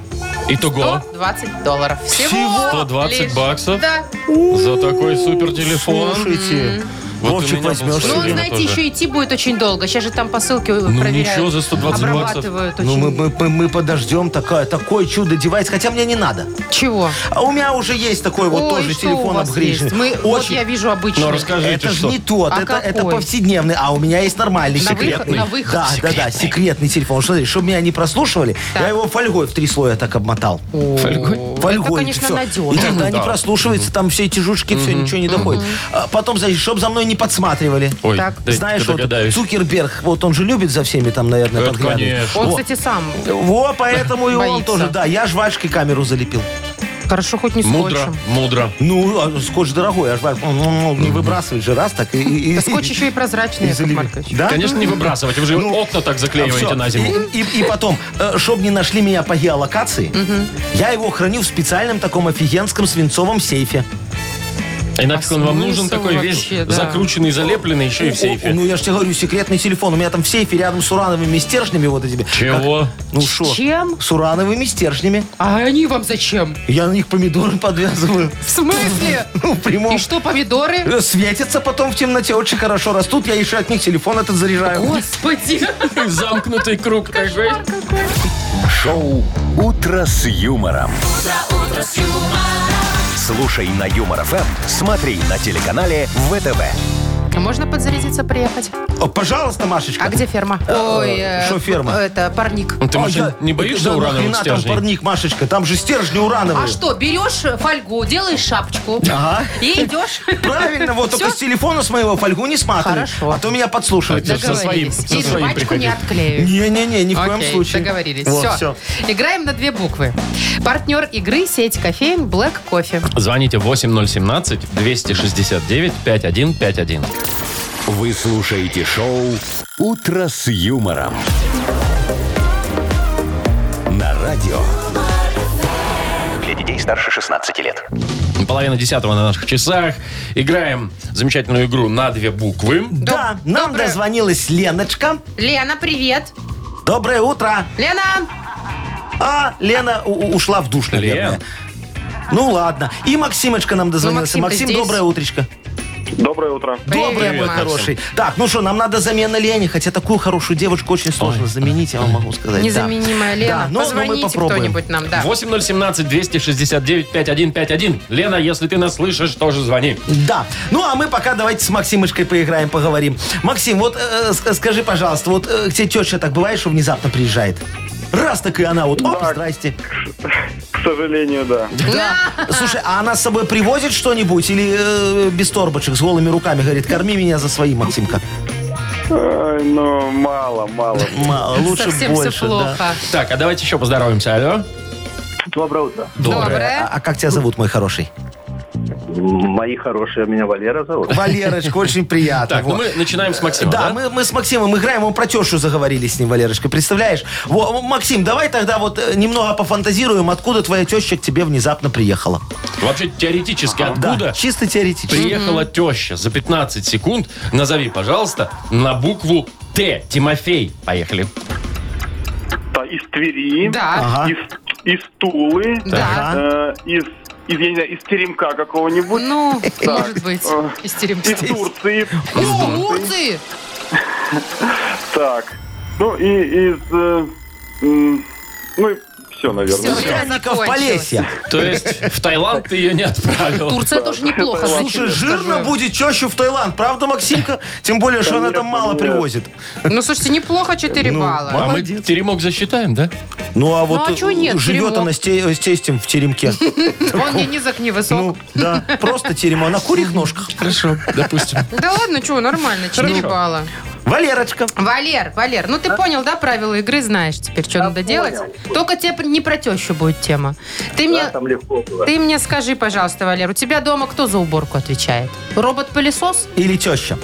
S2: Итого
S3: 120 долларов. Всего,
S2: Всего? 120
S3: лишь.
S2: баксов?
S3: Да.
S2: за такой супер телефон.
S4: Слушайте,
S2: Вот
S4: Вовчик
S2: у меня был
S4: возьмешь
S2: свой
S3: Ну,
S4: себе.
S2: время
S3: знаете,
S2: тоже.
S3: еще идти будет очень долго. Сейчас же там посылки
S2: Ну,
S3: проверяют.
S2: ничего, за 120 баксов.
S3: Обрабатывают
S4: Ну,
S3: очень.
S4: мы, мы- мы- мы подождем, такое, такое чудо девайс, хотя мне не надо.
S3: Чего?
S4: А у меня уже есть такой вот
S3: Ой,
S4: тоже
S3: что у
S4: телефон
S3: вас
S4: обгриженный.
S3: есть? Мы, Вот я вижу обычный.
S2: Ну, расскажите,
S4: Это же
S2: что.
S4: не тот,
S3: А
S4: это, это
S3: какой?
S4: повседневный, а у меня есть нормальный
S3: На
S4: секретный.
S3: выход- на выход.
S4: Да, да, да, секретный телефон. Что, смотри, чтобы меня не прослушивали,
S3: Так.
S4: я его фольгой в три слоя так обмотал.
S2: Фольгой?
S4: Фольгой.
S3: Это,
S4: и
S3: конечно,
S4: всё.
S3: надежно.
S4: И тогда не
S2: Да.
S4: прослушивается, там все эти жучки, все, ничего не доходит. А Потом, значит, чтобы за мной не подсматривали.
S2: Ой,
S3: Так.
S2: дайте-ка
S4: Знаешь, вот
S2: догадаюсь.
S4: Цукерберг, вот он же любит за всеми там, наверное,
S2: Это
S4: подглядывать.
S2: конечно.
S3: Он,
S4: Во.
S3: кстати, сам.
S4: Во, поэтому и он
S3: Боится.
S4: тоже, да, я жвачкой камеру залепил.
S3: Хорошо, хоть не
S2: Мудро,
S3: скотчем.
S2: мудро.
S4: Ну, а скотч дорогой, аж ну, не выбрасывает же раз так. И, и-
S3: Да скотч еще и
S4: и
S3: прозрачный, Яков
S4: залепил.
S3: Маркович.
S4: Да?
S2: Конечно, не выбрасывать. Вы же
S4: А? Ну,
S2: окна так заклеиваете
S4: Всё.
S2: на зиму.
S4: И, и- и потом, чтобы не нашли меня по геолокации, я его храню в специальном таком офигенском свинцовом сейфе.
S2: А Иначе
S3: А
S2: он вам
S3: смысл
S2: нужен такой весь
S3: вообще, да.
S2: закрученный, залепленный, еще и в
S4: О,
S2: сейфе.
S4: ну, я же тебе говорю, секретный телефон. У меня там в сейфе рядом с урановыми стержнями вот этими.
S2: Чего?
S4: Как- Ну, шо?
S3: Чем?
S4: С урановыми стержнями.
S3: А они вам зачем?
S4: Я на них помидоры подвязываю.
S3: В смысле?
S4: Ну, в прямом.
S3: И что, помидоры?
S4: Э, Светятся потом в темноте, очень хорошо растут. Я еще от них телефон этот заряжаю.
S3: Господи!
S2: Замкнутый круг такой.
S1: Шоу «Утро с юмором». Слушай на Юмор ФМ, смотри на телеканале ВТВ.
S3: А Можно подзарядиться, приехать?
S4: О, Пожалуйста, Машечка.
S3: А где ферма? Ой, э,
S4: шо ферма?
S3: Это парник.
S2: Ты,
S4: А
S2: Маша,
S4: я-
S2: не боишься
S4: Да
S2: урановых
S4: нахрена там
S2: стержней?
S4: парник, Машечка? Там же стержни урановые.
S3: А что, берешь фольгу, делаешь шапочку
S4: Ага.
S3: и идешь.
S4: Правильно, вот только
S3: Всё?
S4: с телефона с моего фольгу не сматывай.
S3: Хорошо.
S4: А то меня подслушивают.
S2: Со своим-
S3: Договорились.
S2: со
S3: И
S2: своим
S3: жвачку
S2: приходи.
S3: не отклею.
S4: Не-не-не, ни в коем
S3: Окей,
S4: случае.
S3: договорились.
S4: Вот,
S3: все. Играем на две буквы. Партнер игры сеть кофеин Black Кофе.
S2: Звоните 8017-269-5151.
S1: Вы слушаете шоу «Утро с юмором». На радио
S7: Для детей старше 16 лет.
S2: Половина десятого на наших часах. Играем замечательную игру на две буквы.
S3: Доб-
S4: Да, нам
S3: доброе-
S4: дозвонилась Леночка.
S3: Лена, привет.
S4: Доброе утро.
S3: Лена,
S4: А, Лена у- у- ушла в душ, наверное.
S2: Лен.
S4: Ну ладно. И Максимочка нам дозвонился.
S3: Ну, Максим-то
S4: Максим,
S3: здесь.
S4: доброе утречко.
S6: Доброе утро.
S4: Доброе, мой
S2: Максим.
S4: хороший. Так, ну что, нам надо замена Лене, хотя такую хорошую девочку очень сложно заменить, я вам могу сказать.
S3: незаменимая
S4: Да.
S3: Лена,
S4: Да, но- но мы
S3: позвоните
S4: попробуем.
S3: кто-нибудь нам, да.
S2: 8017-269-5151. Лена, если ты нас слышишь, тоже звони.
S4: Да. Ну, а мы пока давайте с Максимочкой поиграем, поговорим. Максим, вот э, ск- скажи, пожалуйста, вот э, к тебе теща так бывает, что внезапно приезжает? Раз так и она вот, оп,
S6: Да.
S4: здрасте.
S6: К сожалению, да.
S4: Слушай, а она с собой привозит что-нибудь или э, без торбочек, с голыми руками, говорит, корми меня за свои, Максимка?
S6: Ай, ну, мало, мало.
S4: Ма- а, лучше
S3: Совсем
S4: больше,
S3: все плохо.
S4: да.
S2: Так, а давайте еще поздороваемся. Алло.
S8: Доброе утро.
S4: А,
S3: Доброе.
S4: а как тебя зовут, мой хороший?
S8: Мои хорошие, меня Валера зовут.
S4: Валерочка, очень приятно.
S2: Так, ну
S4: вот.
S2: мы начинаем с Максима,
S4: Да,
S2: да?
S4: мы, мы с Максимом играем, мы про тешу заговорили с ним, Валерочка, представляешь? Во, Максим, давай тогда вот э, немного пофантазируем, откуда твоя теща к тебе внезапно приехала.
S2: Вообще теоретически,
S4: Да,
S2: откуда
S4: чисто теоретически.
S2: приехала теща за 15 секунд? Назови, пожалуйста, на букву Т. Тимофей. Поехали.
S6: Та- из Твери,
S3: Да,
S4: Ага.
S6: из, из Тулы,
S3: да.
S6: э, из, из, я не знаю, из Теремка какого-нибудь,
S3: Ну, может быть,
S6: э,
S3: из теремца.
S6: из Турции.
S3: Из Турции?
S6: Так. Ну и из... э, м, ну и все, наверное.
S3: Всё.
S4: Пряников
S3: Закончилось.
S4: Полесье.
S2: То есть в Таиланд ты ее не отправил.
S3: Турция тоже неплохо.
S4: Слушай,
S3: значит,
S4: жирно
S3: скажу.
S4: будет чещу в Таиланд, правда, Максимка? Тем более, что она там
S6: Конечно,
S4: мало
S6: нет.
S4: привозит.
S3: Ну, слушайте, неплохо 4 балла.
S2: А мы
S4: Молодец.
S2: теремок засчитаем, да?
S4: Ну, а
S3: а
S4: вот
S3: чё нет,
S4: э, живет
S3: теремок.
S4: она с те- с тестем в теремке.
S3: Он не низок, не
S4: Ну,
S3: высок.
S4: да, просто теремо на курьих ножках.
S2: Хорошо, допустим.
S3: Да ладно, чего, нормально, 4
S2: Хорошо.
S3: балла.
S4: Валерочка.
S3: Валер, Валер, ну ты понял, да, правила игры знаешь теперь, что надо делать? Только тебе пр- не про тещу будет тема. Ты мне,
S8: Там легко было.
S3: ты мне скажи, пожалуйста, Валер, у тебя дома кто за уборку отвечает? Робот-пылесос?
S4: Или теща.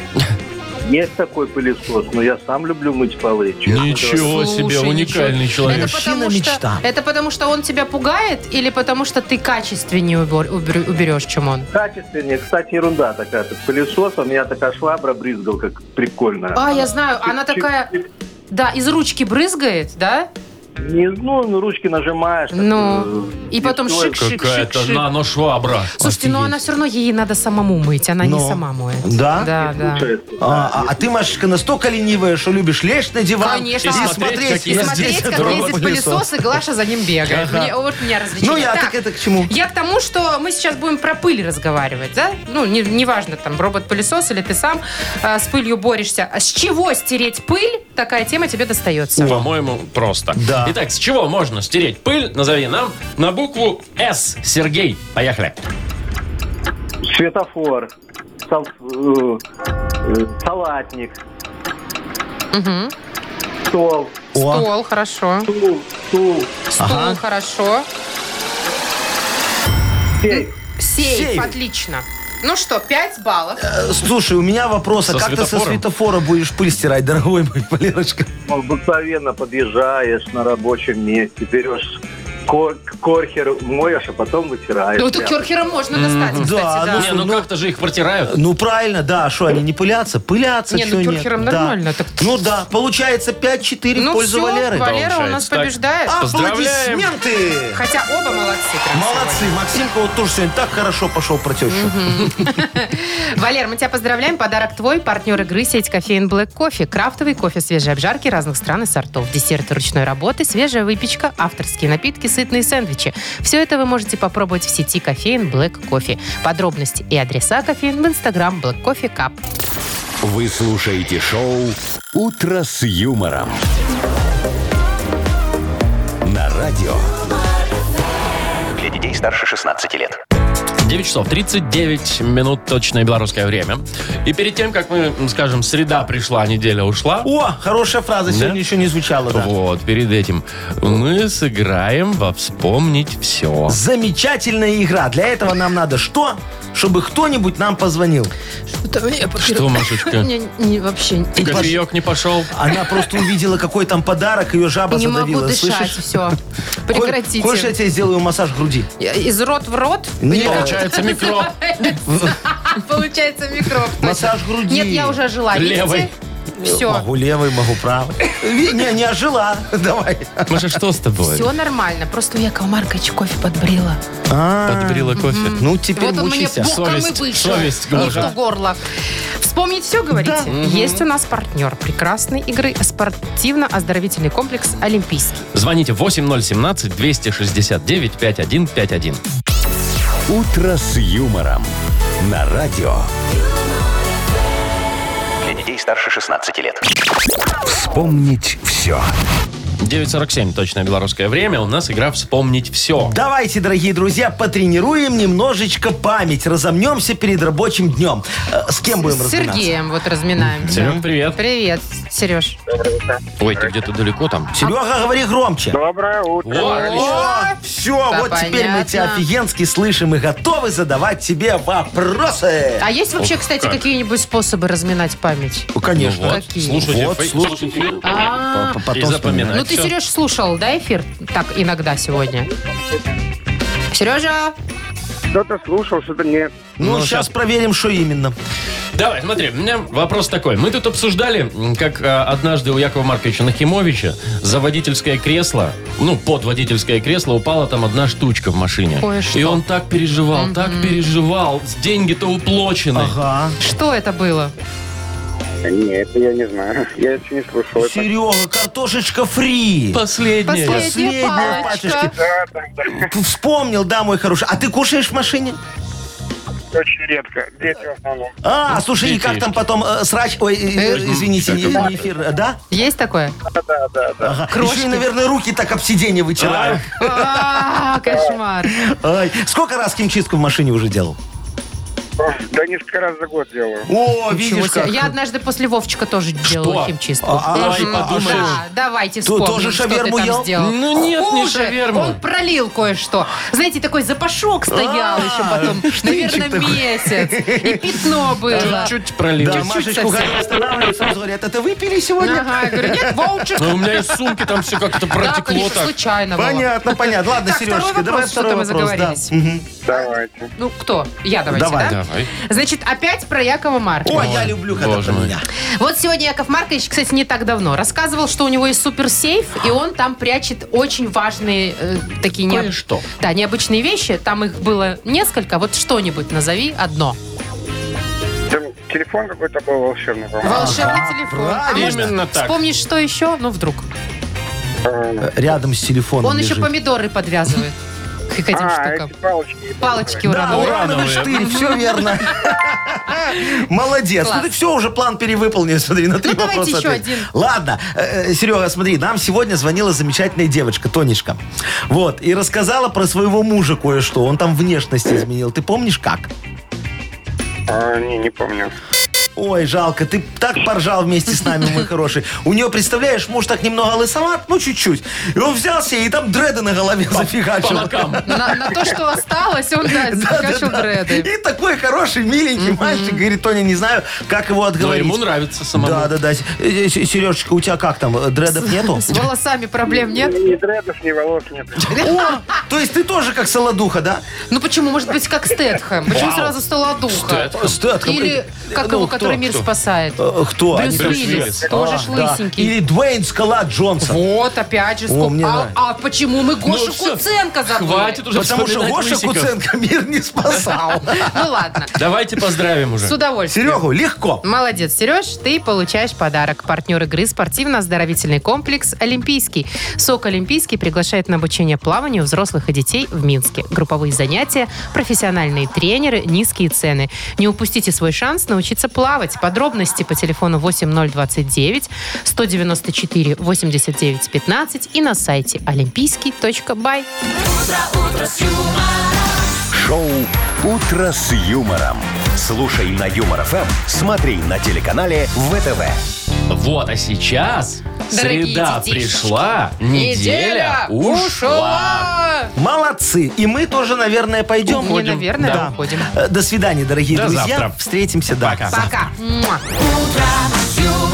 S8: Есть такой пылесос, но я сам люблю мыть полы. честно говоря.
S2: Ничего
S3: Слушай,
S2: себе, уникальный
S3: ничего.
S2: человек.
S3: Это потому,
S4: Мужчина
S3: что,
S4: мечта.
S3: это потому, что он тебя пугает или потому, что ты качественнее убер- убер- уберешь, чем он?
S8: Качественнее, кстати, ерунда такая. Этот пылесос, а у меня такая швабра брызгалка как прикольная.
S4: Э,
S3: А, я знаю, она такая... Да, из ручки брызгает, да?
S8: Не, ну, на ручки нажимаешь. так,
S3: Ну,
S8: э,
S3: и потом
S8: стоит.
S2: Какая-то
S3: шик-шик-шик-шик.
S2: нано-швабра.
S3: Слушайте, ну она все равно ей надо самому мыть, она не
S4: Ну.
S3: сама моет.
S4: Да?
S3: Да, да.
S8: Получается, да.
S4: А, а- а ты, Машечка, настолько ленивая, что любишь лечь на диван
S3: Конечно.
S4: и
S3: И
S2: смотреть,
S4: смотреть,
S2: как
S3: И смотреть, как ездит пылесос, и Глаша за ним бегает.
S4: Ага.
S3: Мне- Вот меня развлечение.
S4: Ну, я так это к чему?
S3: Я к тому, что мы сейчас будем про пыль разговаривать, да? Ну, не- неважно, там, робот-пылесос или ты сам э, с пылью борешься. А С чего стереть пыль? Такая тема тебе достается.
S2: По-моему, просто.
S4: Да.
S2: Итак, с чего можно стереть пыль? Назови нам на букву «С». Сергей, поехали.
S8: Светофор. сал- э, э, салатник.
S3: Мгм.
S8: Стол.
S4: О, а
S3: Стол, хорошо.
S8: Стул. Стул.
S3: Стол,
S4: Ага.
S3: хорошо.
S8: Сейф.
S3: Сейф,
S4: Сейф.
S3: отлично. Ну что, 5 баллов.
S4: э, слушай, у меня вопрос, а
S2: Со
S4: как ты со
S2: светофором?
S4: светофора будешь пыль стирать, дорогой мой, Валерочка?
S8: Ну, Обыкновенно подъезжаешь на рабочем месте, берешь кор- корхер, моешь, а потом вытираешь.
S3: Ну, это
S8: Прям.
S3: керхера можно достать,
S4: Да,
S3: кстати, да.
S4: ну,
S2: Не, ну как-то же их протирают.
S4: Ну, правильно, да, что, они не пылятся? Пылятся,
S3: Не, ну,
S4: чё нет?
S3: керхером
S4: Да.
S3: нормально, так-
S4: Ну да, получается 5-4 в
S3: Ну
S4: пользу
S3: все,
S4: Валеры.
S3: Валера у нас
S2: Получается, так.
S3: побеждает.
S2: Поздравляем.
S4: Аплодисменты!
S3: Хотя оба молодцы. прям
S4: Молодцы, Максимка вот тоже сегодня так хорошо пошел про тещу.
S3: Валер, мы тебя поздравляем. Подарок твой. Партнер игры сеть кофеин Black Кофе. Крафтовый кофе свежей обжарки разных стран и сортов. Десерты ручной работы, свежая выпечка, авторские напитки, сытные сэндвичи. Все это вы можете попробовать в сети кофеин Black Кофе. Подробности и адреса кофеин в инстаграм Black Coffee Cup.
S1: Вы слушаете шоу «Утро с юмором». На радио.
S7: Для детей старше 16 лет.
S2: 9 часов 39 минут точное белорусское время. И перед тем, как мы, м, скажем, среда пришла, неделя ушла,
S4: О, хорошая фраза, сегодня еще не звучала, да.
S2: вот, перед этим, мы сыграем во «Вспомнить все».
S4: Замечательная игра. Для этого нам надо что? Чтобы кто-нибудь нам позвонил.
S2: Что, Машечка,
S3: вообще
S2: кофеек не пошел?
S4: Она просто увидела, какой там подарок, ее жаба
S3: не могу
S4: задавила.
S3: дышать.
S4: Слышишь?
S3: Все.
S4: Коль-
S3: Прекратите.
S4: Коль, я тебе сделаю массаж груди.
S3: Из рот в рот?
S4: Нет.
S3: Или как
S2: Получается микроб.
S3: Получается микроб. точно.
S4: Массаж груди.
S3: Нет, я уже ожила.
S2: Левой.
S3: Все.
S4: Могу левой, могу правой. Ви- Не, не ожила. Давай.
S2: Маша, что с тобой?
S3: Все нормально. Просто у Якова Марковича кофе подбрила.
S4: А,
S2: Подбрила кофе.
S4: Ну, теперь
S3: вот он мне
S4: мучайся.
S3: боком
S2: Совесть,
S3: и вышел.
S2: совесть
S3: Между
S2: гложет.
S3: горло. Вспомнить все, говорите? Есть у нас партнер прекрасной игры спортивно-оздоровительный комплекс «Олимпийский».
S2: Звоните 8017-269-5151.
S1: «Утро с юмором». На радио.
S7: Для детей старше 16 лет.
S1: Вспомнить все.
S2: 9.47, точное белорусское время. У нас игра «Вспомнить все».
S4: Давайте, дорогие друзья, потренируем немножечко память. Разомнемся перед рабочим днем. Э, С кем будем
S3: С
S4: разминаться?
S3: Сергеем вот разминаем.
S2: Серег, привет.
S3: Привет, Сереж.
S2: Ой, ты где-то далеко там.
S4: Серега, говори громче.
S6: Доброе утро.
S4: А- О, все, вот теперь мы тебя
S3: понятно.
S4: офигенски слышим и готовы задавать тебе вопросы.
S3: А есть вообще,
S2: Ох,
S3: кстати,
S2: как.
S3: какие-нибудь способы разминать память?
S4: Ну, конечно.
S2: Вот,
S3: Какие?
S2: слушайте,
S4: Вот,
S2: фей-
S4: слушайте.
S2: слушайте.
S3: А,
S4: П-
S2: И
S4: Потом
S2: запоминай.
S3: Ну, ты,
S2: Всё.
S3: Сереж, слушал, да, эфир? Так, иногда сегодня. Сережа,
S6: Кто-то слушал, что-то нет.
S4: Ну,
S2: Ну,
S4: сейчас проверим, что именно.
S2: Давай, смотри, у меня вопрос такой. Мы тут обсуждали, м, как э, однажды у Якова Марковича Нахимовича за водительское кресло, ну, под водительское кресло упала там одна штучка в машине.
S3: Ой, что?
S2: И он так переживал, так переживал. Деньги-то уплочены.
S4: Ага.
S3: что это было?
S6: Нет, я не знаю. Я еще не слушал. это.
S4: Серега, картошечка фри.
S2: Последнее.
S3: Последнее.
S4: Последняя
S3: палочка.
S4: пачечки. П- Вспомнил, да, мой хороший. А ты кушаешь в машине?
S6: Очень редко. Дети в основном.
S4: А, слушай, и как там потом э, срач... Ой, э, э, извините, не, не эфир, э, да?
S3: Есть такое?
S4: Ага. Еще и, наверное, руки так об сиденье вытираю.
S3: А, Кошмар.
S4: Ай, Сколько раз химчистку в машине уже делал?
S6: Да несколько раз за год делаю.
S4: О,
S3: Чего
S4: видишь
S3: себе.
S4: как.
S3: Я однажды после Вовчика тоже делала химчистку.
S4: А, а,
S2: Ой,
S4: а,
S2: подумаешь.
S3: Да, давайте
S4: Ты
S3: вспомним,
S4: тоже
S3: что ты
S4: шаверму
S3: там
S4: ел?
S3: сделал.
S2: Ну нет, не
S3: Хуже.
S2: шаверму.
S3: Он пролил кое-что. Знаете, такой запашок стоял
S4: А,
S3: еще потом.
S4: штынчик
S3: Наверное,
S4: такой.
S3: месяц. И пятно было.
S2: Чуть-чуть пролил.
S4: Да,
S3: чуть-чуть
S4: Машечку,
S3: совсем.
S4: когда останавливаю, сразу говорят, это выпили сегодня?
S3: Ага, я говорю, нет, Вовчик.
S2: Ну, у меня из сумки там все как-то
S3: Да,
S2: протекло
S3: конечно,
S2: так.
S3: случайно было.
S4: Понятно, понятно. Ладно,
S3: Так, второй
S4: Сережечка, давай
S3: вопрос, что-то
S4: второй
S3: мы
S4: вопрос. да.
S3: заговорились.
S4: Мгм.
S6: Давайте.
S3: Ну, кто? Я давайте,
S4: Давай.
S3: да?
S2: Да. Давай.
S3: Значит, опять про Якова Марка.
S4: О, я люблю, когда
S2: боже
S4: про
S2: мой.
S4: меня.
S3: Вот сегодня Яков Маркович, кстати, не так давно, рассказывал, что у него есть суперсейф, и он там прячет очень важные э, такие... необ-
S2: Кое-что.
S3: Да, необычные вещи. Там их было несколько. Вот что-нибудь назови одно.
S10: Там телефон какой-то был волшебный, по-моему.
S3: Волшебный телефон. А
S4: правильно.
S3: может,
S2: Именно так.
S3: вспомнишь, что еще? Ну, вдруг.
S4: Э, Рядом с телефоном
S3: Он еще
S4: лежит.
S3: помидоры подвязывает к этим
S10: А,
S3: штукам.
S10: эти палочки.
S3: Палочки
S4: Да,
S3: урановые.
S4: урановый
S2: Урановые.
S4: штырь, все верно. Молодец.
S3: Класс.
S4: Ну ты все, уже план перевыполнил, смотри, на три
S3: Ну, давайте
S4: вопроса.
S3: еще
S4: ответил.
S3: один.
S4: Ладно, э, э, Серега, смотри, нам сегодня звонила замечательная девочка, Тонечка. Вот, и рассказала про своего мужа кое-что. Он там внешность изменил. Ты помнишь как?
S10: А, не, не помню.
S4: Ой, жалко, ты так поржал вместе с нами, мой хороший. У нее, представляешь, муж так немного лысоват, ну чуть-чуть. И он взялся и там дреды на голове
S2: По
S4: зафигачил.
S2: бокам.
S3: На, на то, что осталось, он, да, закачал
S4: Да-да-да.
S3: дреды.
S4: И такой хороший, миленький мальчик. Говорит, Тоня, не знаю, как его
S2: Но
S4: отговорить.
S2: ему нравится самому.
S4: Да, да, да. Э, Сережечка, у тебя как там? э, Дредов нету?
S3: С волосами проблем нет?
S10: Ни дредов, ни волос нет.
S4: О, то есть ты тоже как солодуха, да?
S3: Ну почему? Может быть, как Стэтхэм? Почему
S4: Вау.
S3: сразу Столодуха?
S2: Стэтхэм.
S4: Стэтхэм.
S3: Или как
S4: Ну,
S3: его,
S4: кто,
S3: который мир
S4: кто?
S3: спасает?
S4: Э, Кто?
S3: Брюс
S4: Они-
S2: Брюс
S3: Уиллис.
S2: Уиллис.
S3: Тоже ж
S4: А, да.
S3: лысенький.
S4: Или Дуэйн Скала Джонсон.
S3: Вот, опять же, сколько-
S4: мне
S3: а,
S4: нравится.
S3: а почему мы Гошу
S2: Ну, всё.
S3: Куценко забыли?
S2: Хватит уже
S4: Потому что
S2: вспоминать
S4: Гоша
S2: лысиков.
S4: Куценко мир не спасал.
S3: Ну ладно,
S2: Давайте поздравим уже.
S3: с удовольствием.
S4: Серегу, легко.
S3: Молодец, Сереж, ты получаешь подарок. Партнер игры спортивно-оздоровительный комплекс «Олимпийский». СОК «Олимпийский» приглашает на обучение плаванию взрослых и детей в Минске. Групповые занятия, профессиональные тренеры, низкие цены. Не упустите свой шанс научиться плавать. Подробности по телефону 8029 194 89 15 и на сайте олимпийский.бай.
S1: Шоу «Утро с юмором». Слушай на Юмор ФМ, смотри на телеканале ВТВ.
S2: Вот, а сейчас
S3: Дорогие
S2: среда
S3: детишки.
S2: пришла, неделя, ушла.
S4: Молодцы. И мы тоже, наверное, пойдем.
S3: Не, Ну, наверное,
S4: Да.
S3: уходим.
S4: Э, До свидания, дорогие
S2: До
S4: друзья.
S2: завтра.
S4: Встретимся. да.
S2: Пока.
S3: Пока. Муа.
S9: Утро с юмором.